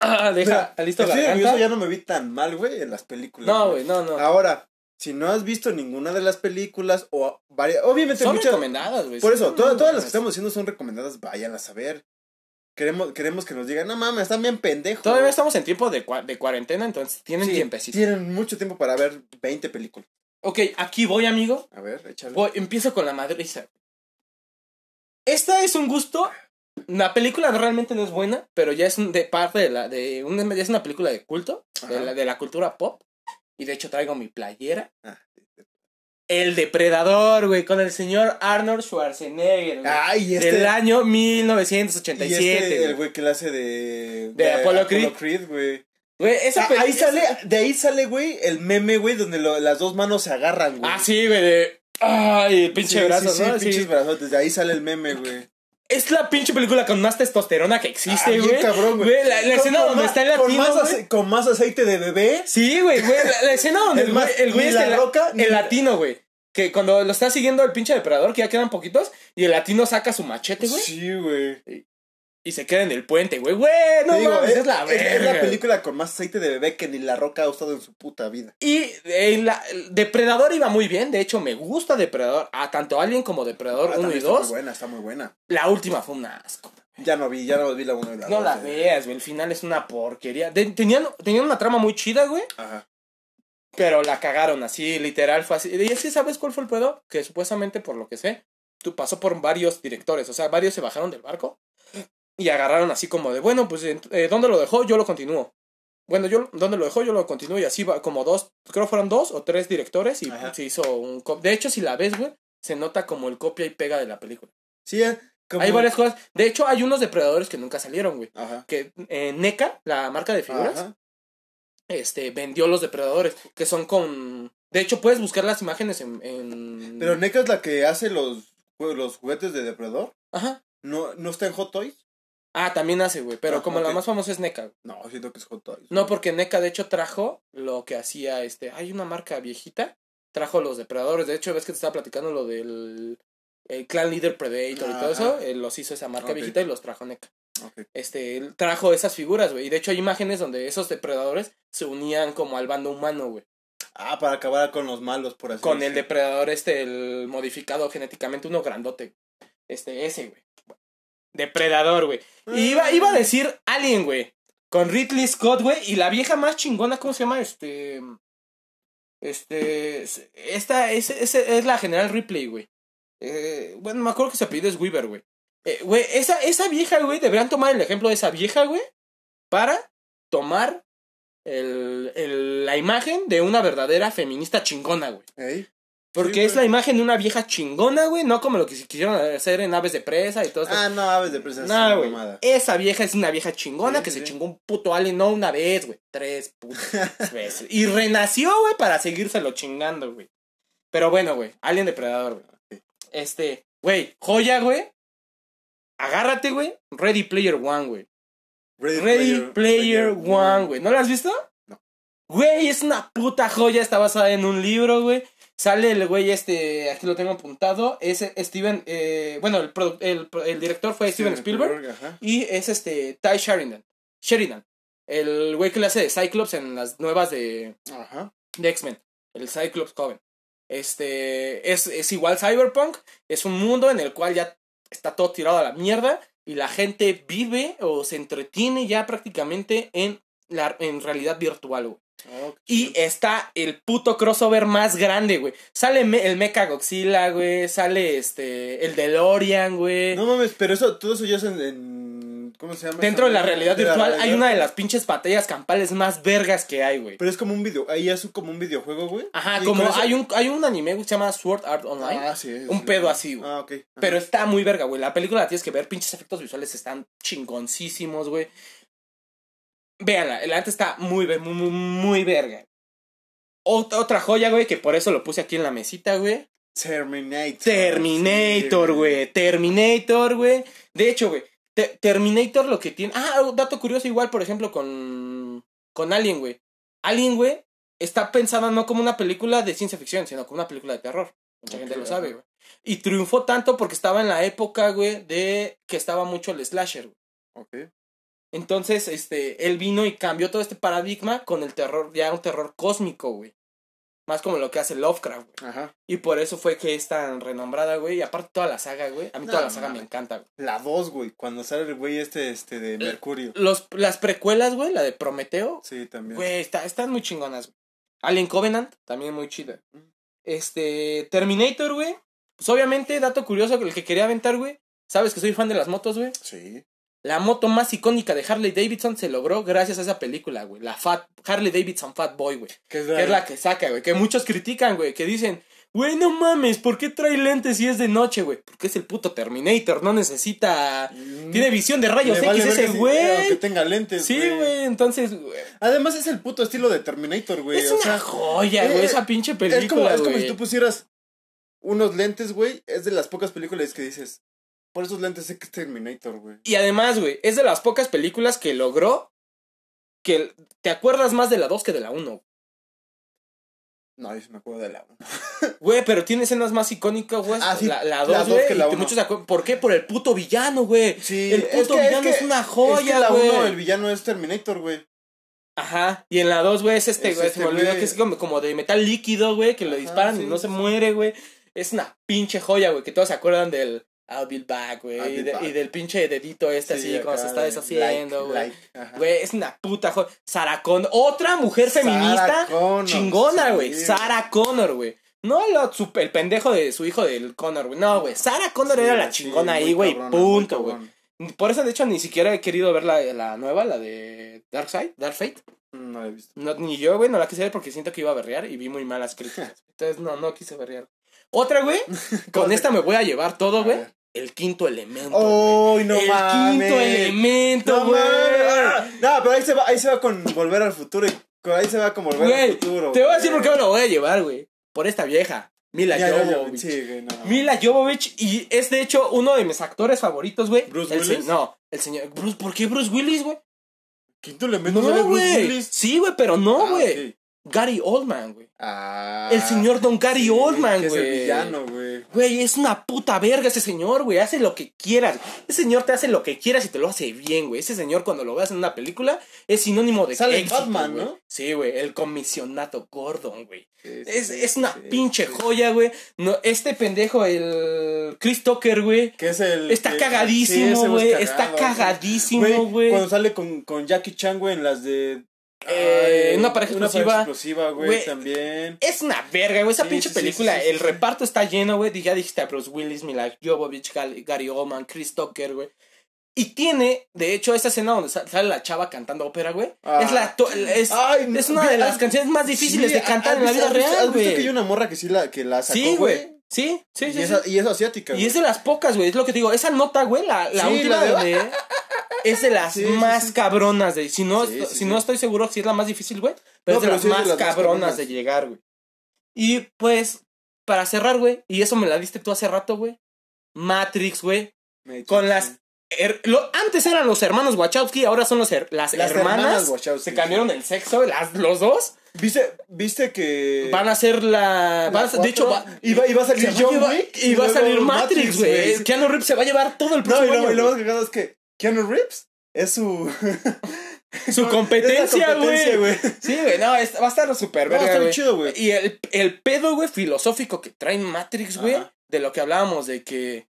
B: Ah, deja,
A: Mira,
B: listo la
A: estoy
B: garganta.
A: nervioso, ya Ah, no me vi tan mal, güey, en las películas.
B: No, güey, no, no.
A: Ahora, si no has visto ninguna de las películas o varias. Obviamente,
B: Son
A: muchas.
B: recomendadas, güey.
A: Por eso,
B: Son
A: todas, todas las que
B: recomendadas.
A: estamos diciendo son recomendadas, váyanlas a ver. Queremos, queremos que nos digan, no mames, están bien pendejos.
B: Todavía estamos en tiempo de, cua- de cuarentena, entonces tienen
A: Sí,
B: tiempecito.
A: Tienen mucho tiempo para ver 20 películas.
B: Ok, aquí voy, amigo.
A: A ver, échale.
B: Voy, empiezo con la madriza. Esta es un gusto. La película realmente no es buena, pero ya es un- de parte de la. De una, ya es una película de culto, de
A: Ajá.
B: la, de la cultura pop. Y de hecho traigo mi playera.
A: Ah.
B: El Depredador, güey, con el señor Arnold Schwarzenegger. güey,
A: Ay, y este.
B: del año
A: y
B: 1987.
A: este, el
B: güey.
A: güey que la hace de.
B: De Apollo Creed.
A: güey.
B: Güey, esa
A: Ah,
B: peli-
A: ahí
B: esa-
A: sale, de ahí sale, güey, el meme, güey, donde lo- las dos manos se agarran, güey.
B: Ah, sí, güey, de. Ay, el pinche
A: Sí,
B: brazo,
A: sí,
B: ¿no?
A: Sí,
B: Sí.
A: pinches brazotes. De ahí sale el meme, güey.
B: Es la pinche película con más testosterona que
A: Ah,
B: existe,
A: bien
B: güey.
A: cabrón, güey.
B: Güey, la, la escena
A: Con
B: donde
A: ma-
B: está el
A: con
B: latino,
A: más,
B: güey.
A: ace- con más aceite de bebé.
B: Sí, güey, güey, la, la escena donde
A: Es
B: el
A: más,
B: güey, el güey
A: ni
B: este,
A: la
B: la-
A: roca, ni
B: el
A: la-
B: latino, güey. Que cuando lo está siguiendo el pinche depredador, que ya quedan poquitos, y el latino saca su machete, güey.
A: Sí, güey.
B: y se queda en el puente, güey. Güey, no
A: Te digo, eh,
B: mames,
A: es,
B: es la
A: es- es la
B: verga.
A: película con más aceite de bebé que ni La Roca ha usado en su puta vida.
B: Y en la, Depredador iba muy bien, de hecho me gusta Depredador, a tanto Alien como
A: Ah,
B: Depredador 1
A: también
B: y
A: está
B: 2.
A: muy buena, está muy buena.
B: La última fue un asco.
A: Ya no vi, ya no vi la 1 y la
B: No
A: dos,
B: la
A: eh.
B: veas, güey, el final es una porquería. De- tenían, tenían una trama muy chida, güey,
A: Ajá.
B: pero la cagaron así, literal, fue así. Y así, ¿sabes cuál fue el pedo? Que supuestamente, por lo que sé, tú pasó por varios directores, o sea, varios se bajaron del barco y agarraron así como de, bueno, pues, ent- eh, ¿dónde lo dejó? Yo lo continúo. Bueno, yo dónde lo dejó, yo lo continúo y así va como dos, creo fueron dos o tres directores y
A: Ajá.
B: se hizo un... co- De hecho, si la ves, güey, se nota como el copia y pega de la película.
A: Sí, eh, como-
B: Hay varias cosas. De hecho, hay unos depredadores que nunca salieron, güey.
A: Ajá.
B: Que eh, NECA, la marca de figuras,
A: Ajá.
B: este, vendió los depredadores, que son con... De hecho, puedes buscar las imágenes en... en-
A: Pero NECA es la que hace los, jue- los juguetes de Depredador.
B: Ajá.
A: ¿No, ¿No está en Hot Toys?
B: Ah, también hace, güey. Pero
A: Ah,
B: como la
A: ok.
B: más famosa es NECA.
A: No, siento que es Hot Toys.
B: No, porque NECA, de hecho, trajo lo que hacía, este... Hay una marca viejita, trajo los depredadores. De hecho, ves que te estaba platicando lo del... El clan leader Predator y todo
A: Ajá. Ah,
B: eso, eh, los hizo esa marca
A: Ok.
B: viejita y los trajo NECA.
A: Ok.
B: este, él trajo esas figuras, güey. Y de hecho hay imágenes donde esos depredadores se unían como al bando humano, güey.
A: Ah, para acabar con los malos, por así
B: Con el
A: decirlo.
B: depredador este, el modificado genéticamente, uno grandote. Este, ese, güey. Depredador, güey. Y
A: Ah.
B: iba, iba a decir Alien, güey. Con Ridley Scott, güey. Y la vieja más chingona, ¿cómo se llama? Este... Este... es- Esta es, es, es la General Ripley, güey. Eh, bueno, me acuerdo que su apellido es Weaver, güey. Eh, Güey, esa, esa vieja, güey, deberían tomar el ejemplo de esa vieja, güey. Para tomar el, el- la imagen de una verdadera feminista chingona, güey.
A: Ey.
B: Porque
A: Sí,
B: es
A: güey.
B: la imagen de una vieja chingona, güey. No como lo que se quisieron hacer en Aves de Presa y todo esto.
A: Ah, no, aves de presa. es una
B: No, güey.
A: mamada.
B: Esa vieja es una vieja chingona
A: Sí,
B: que
A: sí,
B: se
A: sí.
B: chingó un puto alien, no una vez, güey. Tres putas veces. Y renació, güey, para seguírselo chingando, güey. Pero bueno, güey. Alien depredador, güey. Este, güey, joya, güey. Agárrate, güey. Ready Player One, güey.
A: Ready,
B: Ready Player One, güey. ¿No la has visto?
A: No.
B: Güey, es una puta joya. Está basada en un libro, güey. Sale el güey este, aquí lo tengo apuntado. Es eh, Steven, eh, bueno, el, produ- el, el director fue Steven Spielberg.
A: ajá.
B: Y es este Ty Sheridan. Sheridan. El güey que le hace de Cyclops en las nuevas de,
A: Ajá.
B: de X-Men. El Cyclops joven. Este es, es igual Cyberpunk. Es un mundo en el cual ya está todo tirado a la mierda. Y la gente vive o se entretiene ya prácticamente en, la, en realidad virtual, güey.
A: Ok.
B: Y está el puto crossover más grande, güey. Sale me- el Mecha Godzilla, güey. Sale este. El DeLorean, güey.
A: No mames, pero eso, todo eso ya es en. en- ¿Cómo se llama?
B: Dentro de la
A: Esa-
B: realidad
A: de la
B: virtual hay
A: realidad.
B: una de las pinches batallas campales más vergas que hay, güey.
A: Pero es como un video. Ahí es como un videojuego, güey.
B: Ajá,
A: Y
B: como
A: con eso-
B: hay un, hay un anime que se llama Sword Art Online.
A: Ah, sí. es-
B: un pedo así, güey.
A: Ah, ok. Ajá.
B: pero está muy verga, güey. La película la tienes que ver, pinches efectos visuales están chingoncísimos, güey. Véanla, el arte está muy, ver- muy, muy, muy verga. Ot- otra joya, güey, que por eso lo puse aquí en la mesita, güey.
A: Terminator.
B: Terminator,
A: Sí,
B: güey. Terminator, güey. De hecho, güey. Te- Terminator lo que tiene. Ah, un dato curioso, igual, por ejemplo, con. Con Alien, güey. Alien, güey, está pensada no como una película de ciencia ficción, sino como una película de terror. Mucha
A: Ok,
B: gente lo
A: ajá.
B: sabe, güey. Y triunfó tanto porque estaba en la época, güey, de que estaba mucho el slasher, güey.
A: Ok.
B: Entonces, este, él vino y cambió todo este paradigma con el terror, ya un terror cósmico, güey. Más como lo que hace Lovecraft, güey.
A: Ajá.
B: Y por eso fue que es tan renombrada, güey. Y aparte toda la saga, güey. A mí
A: No,
B: toda la saga
A: mames.
B: me encanta, güey.
A: La 2, güey. Cuando sale el güey este, este
B: Eh,
A: de Mercurio.
B: Los, las precuelas, güey, la de Prometeo,
A: Sí, también.
B: güey, está, están muy chingonas, güey. Alien Covenant, también muy chida.
A: Mm.
B: Este, Terminator, güey. Pues obviamente, dato curioso, el que quería aventar, güey. Sabes que soy fan de las motos, güey.
A: Sí.
B: La moto más icónica de Harley Davidson se logró gracias a esa película, güey. La Fat, Harley Davidson Fat Boy, güey.
A: Que es
B: Que es la que saca, güey. Que muchos critican, güey. Que dicen, güey, no mames, ¿por qué trae lentes si es de noche, güey? Porque es el puto Terminator, no necesita. Tiene
A: Mm.
B: visión de rayos X ese,
A: Que
B: güey.
A: eh, tenga lentes,
B: Sí, güey, entonces, güey.
A: Además es el puto estilo de Terminator, güey.
B: es
A: o
B: una
A: sea,
B: joya,
A: eh,
B: güey, esa pinche película,
A: es como, es como
B: güey.
A: si tú pusieras unos lentes, güey. Es de las pocas películas que dices, por esos lentes sé que es Terminator, güey.
B: Y además, güey, es de las pocas películas que logró que el- te acuerdas más de la 2 que de la 1.
A: No, yo sí me acuerdo de la 1.
B: Güey, pero tiene escenas más icónicas, güey.
A: Ah, sí,
B: la, la
A: la
B: dos,
A: dos
B: güey.
A: que
B: y
A: la
B: te-
A: uno.
B: muchos se acuer- ¿Por qué? Por el puto villano, güey.
A: Sí,
B: el puto villano es una joya,
A: la
B: güey.
A: uno, el villano es Terminator, güey.
B: Ajá. Y en la 2, güey, es este,
A: Es
B: güey.
A: este,
B: se me olvidó
A: güey.
B: que es como, como de metal líquido, güey, que lo
A: Ajá,
B: disparan y
A: sí,
B: no se
A: sí.
B: muere, güey. Es una pinche joya, güey, que todos se acuerdan del I'll be
A: I'll
B: back, güey.
A: be
B: Y, de-
A: back.
B: y del pinche dedito este así, cuando
A: acá,
B: se está deshaciendo,
A: like,
B: güey.
A: like, ajá.
B: Güey, es una puta joya. Sarah Connor, otra mujer feminista
A: Sarah Connor,
B: chingona, güey.
A: sí.
B: Sarah Connor, güey. No lo- su- el pendejo de su hijo del Connor, güey. No, güey. Sarah Connor
A: Sí,
B: era la
A: sí,
B: chingona
A: muy
B: ahí, güey.
A: cabrona, muy
B: Punto, güey.
A: cabrona.
B: Por eso, de hecho, ni siquiera he querido ver la, la nueva, la de Darkseid, Dark Fate.
A: Mm, No la he visto.
B: No, ni yo, güey, no la quise ver porque siento que iba a berrear y vi muy malas críticas. Entonces, no, no quise berrear. Otra, güey. Con esta me voy a llevar todo,
A: A
B: güey.
A: ver.
B: El quinto elemento. güey.
A: ¡Uy, no
B: el
A: mames!
B: quinto elemento,
A: No
B: güey.
A: mames. Ah, No, pero ahí se va, ahí se va con volver al futuro. y- con- Ahí se va con volver
B: Güey,
A: al futuro.
B: Te voy a decir por
A: güey.
B: qué me lo voy a llevar, güey. Por esta vieja, Mila
A: Ya, ya, ya,
B: Jovovich.
A: sí, güey, no.
B: Mila Jovovich y es de hecho uno de mis actores favoritos, güey.
A: Bruce
B: El se-
A: Willis.
B: No, el señor Bruce, ¿por qué Bruce Willis, güey?
A: Quinto elemento sale
B: No,
A: Bruce
B: güey.
A: Willis.
B: Sí, güey, pero no,
A: Ah,
B: güey.
A: ok.
B: Gary Oldman, güey.
A: Ah,
B: el señor Don Gary
A: sí, que
B: Oldman,
A: Es el
B: güey.
A: villano, güey.
B: Güey, es una puta verga ese señor, güey. Hace lo que quieras. Ese señor te hace lo que quieras y te lo hace bien, güey. Ese señor cuando lo veas en una película es sinónimo de
A: Sale en
B: éxito,
A: Batman,
B: güey.
A: ¿no?
B: Sí, güey. El comisionato Gordon, güey.
A: Sí, sí,
B: Es,
A: sí,
B: es una
A: sí,
B: pinche
A: sí.
B: joya, güey. No, este pendejo, el Chris Tucker, güey.
A: Que es el.
B: Está
A: que- sí,
B: cagadísimo,
A: ese
B: güey.
A: es
B: Está
A: cagado, güey.
B: cagadísimo, güey.
A: Cuando sale con, con Jackie Chan, güey, en las de.
B: Eh,
A: Ay,
B: una pareja explosiva.
A: explosiva,
B: Güey.
A: güey, también.
B: Es una verga, güey. Esa
A: Sí,
B: pinche
A: sí, sí,
B: película.
A: sí, sí,
B: el
A: sí.
B: reparto está lleno, güey. Ya dijiste a Bruce Willis, Mila Jovovich, Gal- Gary Oldman, Chris Tucker, güey. Y tiene, de hecho, esa escena donde sa- sale la chava cantando ópera, güey.
A: Ah.
B: es la to- es,
A: Ay,
B: es una de
A: vi-
B: las
A: ah,
B: canciones más difíciles
A: Sí,
B: de cantar
A: ¿has
B: en la
A: visto-
B: vida
A: has visto-
B: real,
A: ¿Has visto que hay
B: güey.
A: una morra que sí la, que la sacó, güey?
B: Sí, güey. Sí, sí, sí.
A: y,
B: sí.
A: esa- y es asiática,
B: Y
A: güey.
B: es de las pocas, güey. Es lo que te digo. Esa nota, güey, la, la
A: Sí,
B: última
A: la de-
B: donde es de las
A: Sí, sí,
B: más
A: sí.
B: cabronas, de. Si no,
A: Sí, sí,
B: si no
A: sí.
B: estoy seguro si es la más difícil, güey.
A: No,
B: Pero es de
A: pero
B: las
A: sí es de
B: más
A: las más
B: cabronas,
A: cabronas.
B: de llegar, güey. Y pues, para cerrar, güey, y eso me la diste tú hace rato, güey. Matrix, güey.
A: Me-
B: Con las. her- lo- antes eran los hermanos Wachowski, ahora son los her- las,
A: Las
B: hermanas.
A: Wachowski.
B: se cambiaron el sexo, las, los dos.
A: ¿Viste, viste que.
B: van a ser la. van a
A: las
B: ser- de hecho, va,
A: cuatro- y va, y va a salir
B: se va a
A: John
B: llevar-
A: Wick
B: y va a
A: luego
B: salir Matrix, güey. Keanu Reeves se va a llevar todo el
A: No, y
B: próximo
A: lo, y
B: año,
A: lo más
B: güey.
A: cagado es que Keanu Reeves es su.
B: Su
A: es
B: competencia,
A: la competencia,
B: güey. Sí, güey, no, es- va a estar súper
A: Va a
B: verga,
A: estar
B: güey.
A: chido, güey.
B: Y el, el pedo, güey, filosófico que trae Matrix, güey,
A: Ajá.
B: de lo que hablábamos, de que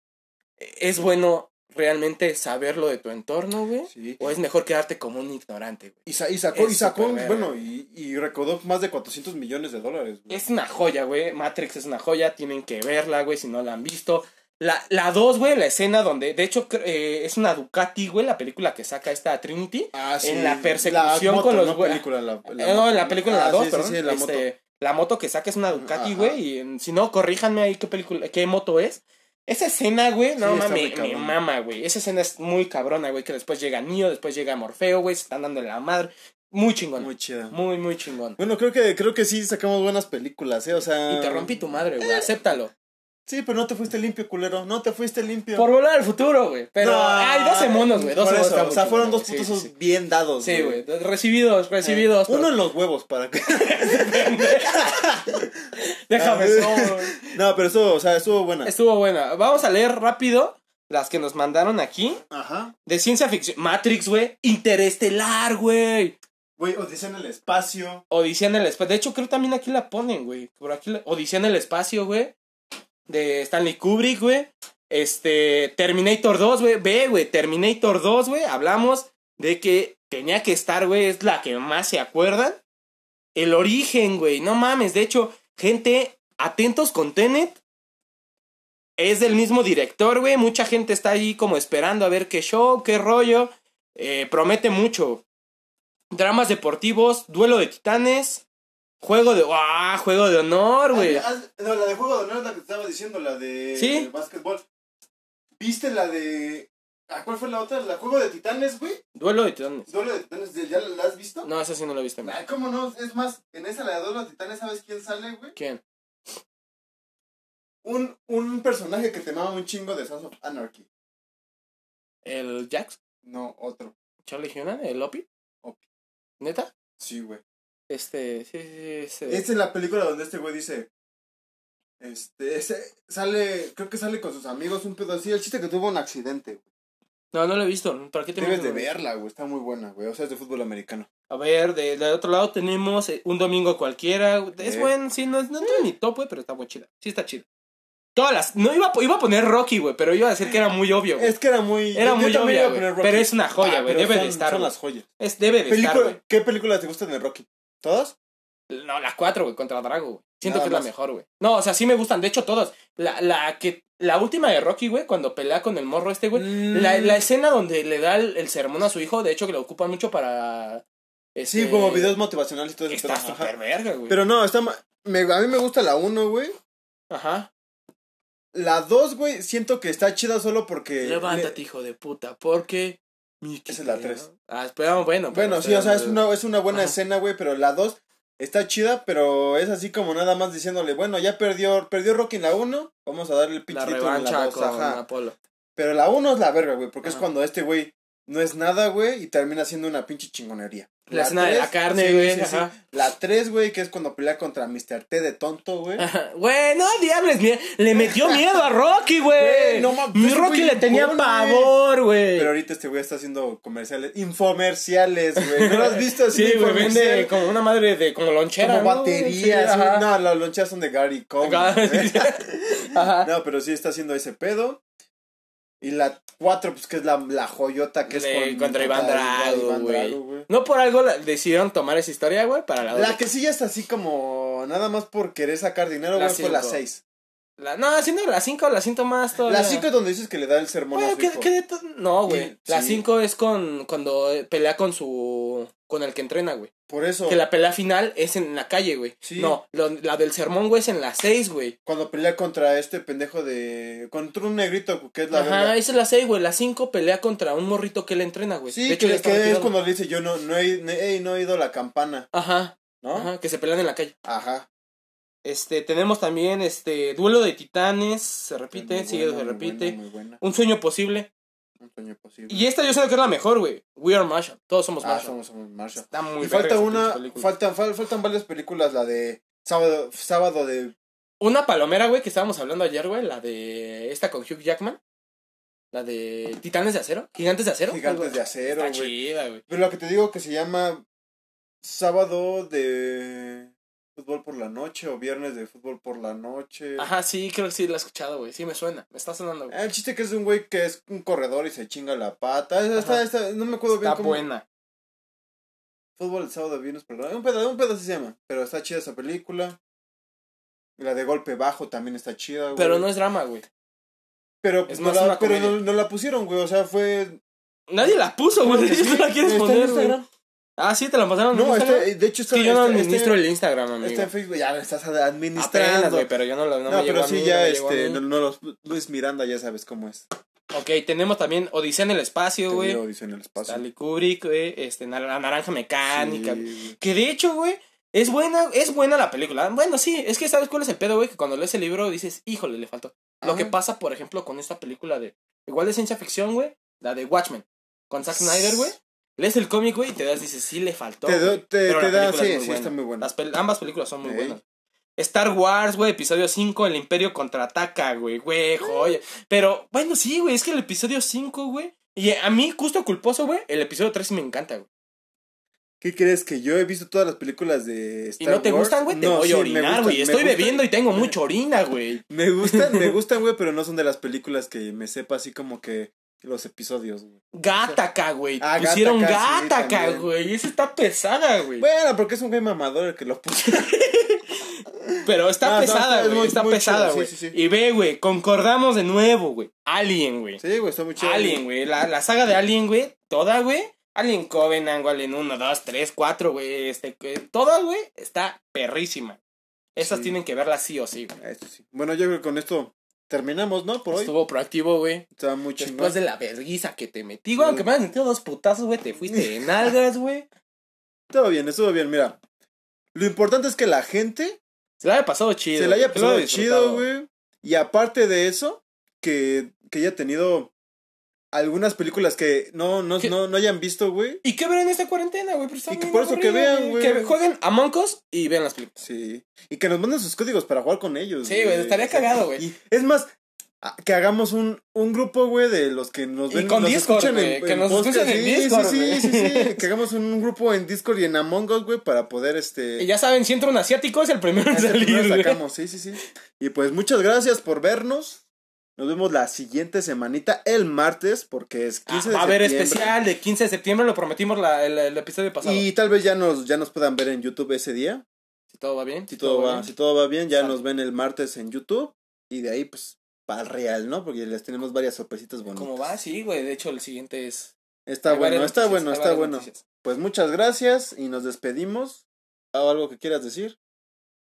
B: es bueno realmente saber lo de tu entorno, güey.
A: Sí.
B: O es mejor quedarte como un ignorante, güey.
A: Y, sa- y sacó,
B: Es
A: y sacó,
B: superverga.
A: bueno, y, y recaudó más de 400 millones de dólares, güey.
B: Es una joya, güey. Matrix es una joya, tienen que verla, güey, si no la han visto. La, la dos, güey, la escena donde, de hecho, cre- eh, es una Ducati, güey, la película que saca esta Trinity.
A: Ah,
B: en la persecución
A: moto,
B: con los
A: no
B: güey-
A: película, la,
B: Eh, no, en la película,
A: Ah,
B: la 2,
A: sí, sí,
B: perdón.
A: sí, la moto.
B: Este, la moto que saca es una Ducati,
A: Ajá.
B: güey. Y en- si no, corríjanme ahí qué película, qué moto es. Esa escena, güey, no
A: Sí, está muy
B: mames, me, me
A: cabrona.
B: mama, güey. Esa escena es muy cabrona, güey. Que después llega Neo, después llega Morfeo, güey. Se están dando en la madre. Muy chingón. Muy,
A: Muy chida.
B: muy, chingón.
A: Bueno, creo que, creo que sí sacamos buenas películas, ¿eh? O sea.
B: Y te rompí tu madre,
A: Eh.
B: güey. Acéptalo.
A: Sí, pero no te fuiste limpio, culero. No te fuiste limpio.
B: Por volar al futuro, güey. Pero
A: No,
B: hay 12 monos, güey. 12
A: por
B: monos.
A: eso,
B: está muy
A: O sea,
B: chingón,
A: fueron dos
B: güey. Sí,
A: putazos
B: sí, sí.
A: bien dados,
B: Sí, güey. Recibidos, recibidos.
A: Uno
B: pero-
A: en los huevos para que.
B: Déjame
A: Ah,
B: solo, güey.
A: no, pero eso, o sea, estuvo buena.
B: Estuvo buena. Vamos a leer rápido las que nos mandaron aquí.
A: Ajá.
B: De ciencia ficción. Matrix, güey. Interestelar, güey.
A: Güey, Odisea en el espacio.
B: Odisea en el espacio. De hecho, creo también aquí la ponen, güey. Por aquí. la- Odisea en el espacio, güey. De Stanley Kubrick, güey. Este. Terminator 2, güey. Ve, güey. Terminator 2, güey. Hablamos de que tenía que estar, güey. Es la que más se acuerdan. El origen, güey. No mames. De hecho, gente, atentos con Tenet. Es del mismo director, güey. Mucha gente está ahí como esperando a ver qué show, qué rollo. Eh, promete mucho. Dramas deportivos, duelo de titanes, juego de. ¡Ah! Juego de honor, güey.
A: Ah, ah, No, la de juego de honor es la que te estaba diciendo, la de
B: Sí.
A: de básquetbol. ¿Viste la de. ah, ¿Cuál fue la otra? ¿La juego de titanes, güey?
B: Duelo de titanes.
A: ¿Duelo de titanes? ¿Ya la la has visto?
B: No, esa sí no la he visto.
A: Ay, ¿Cómo no? Es más, en esa la de Duelo de Titanes, ¿sabes quién sale, güey?
B: ¿Quién?
A: Un, un personaje que te mama un chingo de Sons of Anarchy.
B: ¿El Jax?
A: No, otro.
B: ¿Charlie Hunan? ¿El Lopi?
A: Opi.
B: ¿Neta?
A: Sí, güey.
B: Este, sí, sí, sí. sí.
A: Esta es la película donde este güey dice. Este, ese- sale, creo que sale con sus amigos, un pedo así. El chiste que tuvo un accidente, güey.
B: No, no lo he visto. ¿Para qué te
A: Debes
B: metes,
A: de
B: güey?
A: verla, güey. Está muy buena, güey. O sea, es de fútbol americano.
B: A ver, de- del otro lado tenemos eh, un domingo cualquiera. Es
A: Eh.
B: buen, sí, no, es- no entra en mi top, güey, pero está muy chida. Sí, está chida. Todas las. No iba, a po- iba a poner Rocky, güey, pero iba a decir que era muy obvio. güey.
A: Es que era muy.
B: Era
A: yo
B: muy
A: también
B: obvia,
A: iba a
B: güey,
A: poner Rocky.
B: pero es una joya,
A: Ah,
B: güey,
A: pero
B: debe de
A: son-
B: estar,
A: Son
B: güey.
A: las joyas.
B: Es, debe de estar,
A: Película-
B: güey.
A: ¿Qué películas te gustan de Rocky? ¿Todas?
B: No, la 4, güey, contra Drago, güey. Siento
A: Nada
B: que es la
A: más.
B: mejor, güey. No, o sea, sí me gustan. De hecho, todas. La, la que. La última de Rocky, güey, cuando pelea con el morro este, güey. La,
A: Mm,
B: la escena donde le da el, el sermón a su hijo, de hecho, que lo ocupa mucho para.
A: Sí,
B: este,
A: como videos motivacionales y todo eso.
B: Está
A: pero- ajá.
B: súper verga, güey.
A: Pero no, está ma- me- a mí me gusta la 1, güey.
B: Ajá.
A: La 2, güey, siento que está chida solo porque.
B: Levántate, hijo de puta, porque.
A: Esa eh, es la tres.
B: Ah, esperamos, bueno.
A: le- Bueno,
B: pero
A: sí, o sea, es
B: esperamos-
A: una, es una buena
B: Ajá.
A: escena, güey, pero la 2 está chida, pero es así como nada más diciéndole, bueno, ya perdió, perdió Rocky en la 1, vamos a darle el
B: La
A: pinche título en la
B: revancha
A: 2,
B: con
A: ajá.
B: Apolo.
A: Pero la 1 es la verga, güey, porque
B: Ajá.
A: es cuando este güey no es nada, güey, y termina siendo una pinche chingonería.
B: La, escena de la
A: tres-
B: carne,
A: sí,
B: güey.
A: sí, sí.
B: ajá.
A: La 3, güey, que es cuando pelea contra Mr. T de tonto, güey.
B: Ajá. Güey, no diables, mie- le metió miedo a Rocky, güey.
A: Güey, no mames,
B: Mi
A: ese
B: Rocky
A: güey
B: le tenía
A: impone.
B: pavor, güey.
A: Pero ahorita este güey está haciendo comerciales, infomerciales, güey. ¿No lo has visto así?
B: Sí, güey,
A: Infomercial.
B: vende como una madre de como lonchera.
A: como
B: ¿no?
A: baterías.
B: Sí,
A: güey.
B: ajá.
A: no, las lonchas son de Gary Cole.
B: Ajá.
A: güey.
B: Ajá.
A: no, pero sí está haciendo ese pedo. Y la 4, pues que es la, la joyota que es
B: Le- contra Iván Drago, güey.
A: güey.
B: No por algo la- decidieron tomar esa historia, güey, para la,
A: La que sí ya está así como nada más por querer sacar dinero,
B: La
A: güey, fue la
B: cinco.
A: 6.
B: la- No, haciendo la 5 la siento más todavía.
A: La 5 es donde dices que le da el sermón a
B: Bueno,
A: su
B: ¿qué-
A: hijo.
B: qué de to- No, güey.
A: Sí.
B: La 5 es con cuando eh, pelea con su. con el que entrena, güey.
A: Por eso,
B: Que la pelea final es en la calle, güey.
A: Sí.
B: No, lo- la del sermón, güey, es en la 6, güey.
A: cuando pelea contra este pendejo de... Contra un negrito que es la
B: Ajá,
A: verga.
B: esa es la 6, güey. La 5 pelea contra un morrito que le entrena, güey.
A: Sí,
B: De
A: que,
B: hecho, ya
A: que
B: está
A: es
B: retirado.
A: cuando le dice yo no, no he, no, ey, no he ido a la campana,
B: Ajá,
A: ¿no? Ajá.
B: ajá, que se pelean en la calle. Este, tenemos también este. Duelo de titanes. Se repite,
A: Muy
B: sigue,
A: buena,
B: se
A: muy
B: repite.
A: buena, muy buena.
B: Un sueño posible.
A: Un sueño posible.
B: Y esta yo sé que es la mejor, güey. We are Marshall. Todos somos
A: Ah,
B: Marshall.
A: somos, somos Marshall.
B: Está muy
A: Y
B: verga
A: falta
B: esa
A: una,
B: pinche película.
A: faltan, fal- faltan varias películas, la de sábado, sábado de...
B: Una palomera, güey, que estábamos hablando ayer, güey, la de esta con Hugh Jackman. La de Titanes de Acero, Gigantes de Acero.
A: Gigantes
B: güey.
A: de Acero,
B: Está
A: güey.
B: chida, güey.
A: Pero lo que te digo que se llama sábado de fútbol por la noche o viernes de fútbol por la noche.
B: Ajá, sí, creo que sí la he escuchado, güey. Sí, me suena, me está sonando, güey.
A: Ah, El chiste que es de un güey que es un corredor y se chinga la pata. Esa- Está,
B: Ajá.
A: está- no me acuerdo bien
B: Está
A: cómo.
B: buena.
A: Fútbol el sábado viernes por la noche. Un pedazo, un pedazo se llama. Pero está chida esa película. La de golpe bajo también está chida, güey.
B: Pero no es drama, güey.
A: Pero,
B: es
A: no,
B: más una
A: la, pero
B: comedia.
A: no, no la pusieron, güey. O sea, fue.
B: Nadie la puso, güey. De hecho, tú la quieres
A: Está en
B: poner, güey.
A: Instagram.
B: Ah, sí, te la pasaron. en
A: No,
B: Instagram?
A: está- este, de hecho
B: Es
A: está.
B: que yo no
A: está-
B: administro
A: está-
B: el Instagram, amigo.
A: Está en Facebook. Ya lo estás
B: Apenas,
A: este administrando.
B: güey, pero yo no, lo- no,
A: no,
B: me llegó
A: pero
B: a
A: sí,
B: mí, no
A: ya
B: me llegó a
A: este.
B: mí.
A: No, no, los- Luis Miranda ya sabes cómo es.
B: Ok, tenemos también Odisea en el espacio,
A: Te
B: güey.
A: dio audición en el espacio.
B: Stanley Kubrick, güey. Este, na- la naranja mecánica,
A: Sí,
B: Que de hecho, güey, es buena, es buena la película. Bueno, sí, es que sabes cuál es el pedo, güey, que cuando lees el libro dices, híjole, le faltó. Lo
A: Ajá.
B: que pasa, por ejemplo, con esta película de, igual de ciencia ficción, güey, la de Watchmen, con Zack Snyder, güey. Lees el cómic, güey, y te das, dices, sí, le faltó.
A: Te,
B: güey".
A: do- te,
B: Pero
A: te
B: la
A: da.
B: película es
A: Sí,
B: muy
A: sí, está
B: buena.
A: muy buena.
B: Las pel- ambas películas son muy
A: Ey.
B: buenas. Star Wars, güey, episodio 5, el Imperio contraataca, güey, güey, joya. Pero, bueno, sí, güey, es que el episodio 5, güey. Y a mí, justo culposo, güey, el episodio 3 me encanta, güey.
A: ¿Qué crees? Que yo he visto todas las películas de
B: Y
A: Star
B: no te
A: Wars?
B: gustan, güey, te
A: No,
B: voy
A: sí,
B: a
A: me
B: orinar,
A: gustan,
B: güey.
A: me
B: Estoy
A: gustan.
B: bebiendo y tengo mucha orina, güey.
A: Me gustan, me gustan, güey, pero no son de las películas que me sepa así como que los episodios, güey.
B: Gataca, güey.
A: Ah,
B: Pusieron
A: Gattaca, sí,
B: Gataca,
A: también.
B: güey. Esa está pesada, güey.
A: Bueno, porque es un güey mamador el que lo puso.
B: Pero está
A: No, no,
B: pesada,
A: está- es
B: güey.
A: muy-
B: Está
A: muy
B: pesada,
A: chida, sí,
B: güey.
A: sí, sí.
B: Y ve, güey, concordamos de nuevo, güey. Alien, güey.
A: Sí, güey, está muy chido.
B: Alien, güey. La, la saga de Alien, güey. Toda, güey. Alien Covenant, güey, Alien 1, 2, 3, 4, güey. Este, que- toda, güey, está perrísima. Esas
A: Sí.
B: tienen que verlas sí o sí, güey.
A: Eso este sí. Bueno, yo creo que con esto terminamos, ¿no? Por hoy.
B: Estuvo proactivo, güey.
A: Está muy chingón.
B: Después de la verguiza que te metí, güey, aunque me hayas metido dos putazos, güey, te fuiste en algas, güey.
A: Estuvo bien, estuvo bien, mira. Lo importante es que la gente
B: Se la haya pasado chido.
A: se la haya
B: güey, pues, que lo
A: pasado
B: disfrutado.
A: chido, güey. Y aparte de eso, que, que haya tenido algunas películas que no, no,
B: ¿Qué?
A: no, no hayan visto, güey.
B: ¿Y qué verán en esta cuarentena, güey? Pero está
A: Y que
B: bien
A: por eso que
B: aburrido,
A: vean, güey.
B: Que ve- jueguen a Moncos y vean las películas.
A: Sí. Y que nos manden sus códigos para jugar con ellos.
B: Sí, güey, estaría cagado, güey.
A: Y es más, a- que hagamos un, un grupo, güey, de los que nos
B: Y
A: ven.
B: con
A: nos
B: Discord,
A: escuchan
B: güey, que nos
A: podcast.
B: escuchan en Discord,
A: Sí, sí,
B: güey.
A: sí, sí, Que hagamos un grupo en Discord y en Among Us, güey, para poder este.
B: Y ya saben, si entra un asiático es el primero en
A: Ese primero
B: salir, güey.
A: sacamos, sí, sí, sí. Y pues muchas gracias por vernos. Nos vemos la siguiente semanita, el martes, porque es
B: Ah,
A: 15 de
B: va a haber
A: septiembre.
B: especial de 15 de septiembre, lo prometimos la, el, el episodio pasado.
A: Y tal vez ya nos, ya nos puedan ver en YouTube ese día.
B: Si todo va bien.
A: Si todo, va,
B: bien.
A: si todo va bien, ya
B: Sale.
A: nos ven el martes en YouTube. Y de ahí, pues, para el real, ¿no? Porque les tenemos varias sorpresitas bonitas.
B: ¿Cómo va? Sí, güey. De hecho, el siguiente es.
A: Está
B: hay
A: bueno,
B: varias
A: está
B: noticias,
A: bueno,
B: hay
A: está
B: varias
A: bueno.
B: noticias.
A: Pues muchas gracias y nos despedimos. ¿O algo que quieras decir?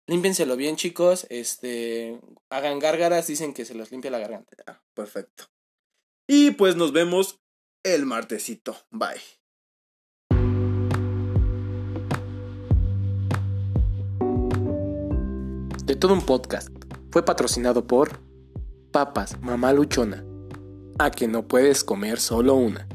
B: Límpienselo bien, chicos. Este, hagan gárgaras, dicen que se los limpia la garganta.
A: Ah, perfecto. Y pues nos vemos el martesito. Bye.
B: De todo un podcast. Fue patrocinado por Papas Mamá Luchona. A que no puedes comer solo una.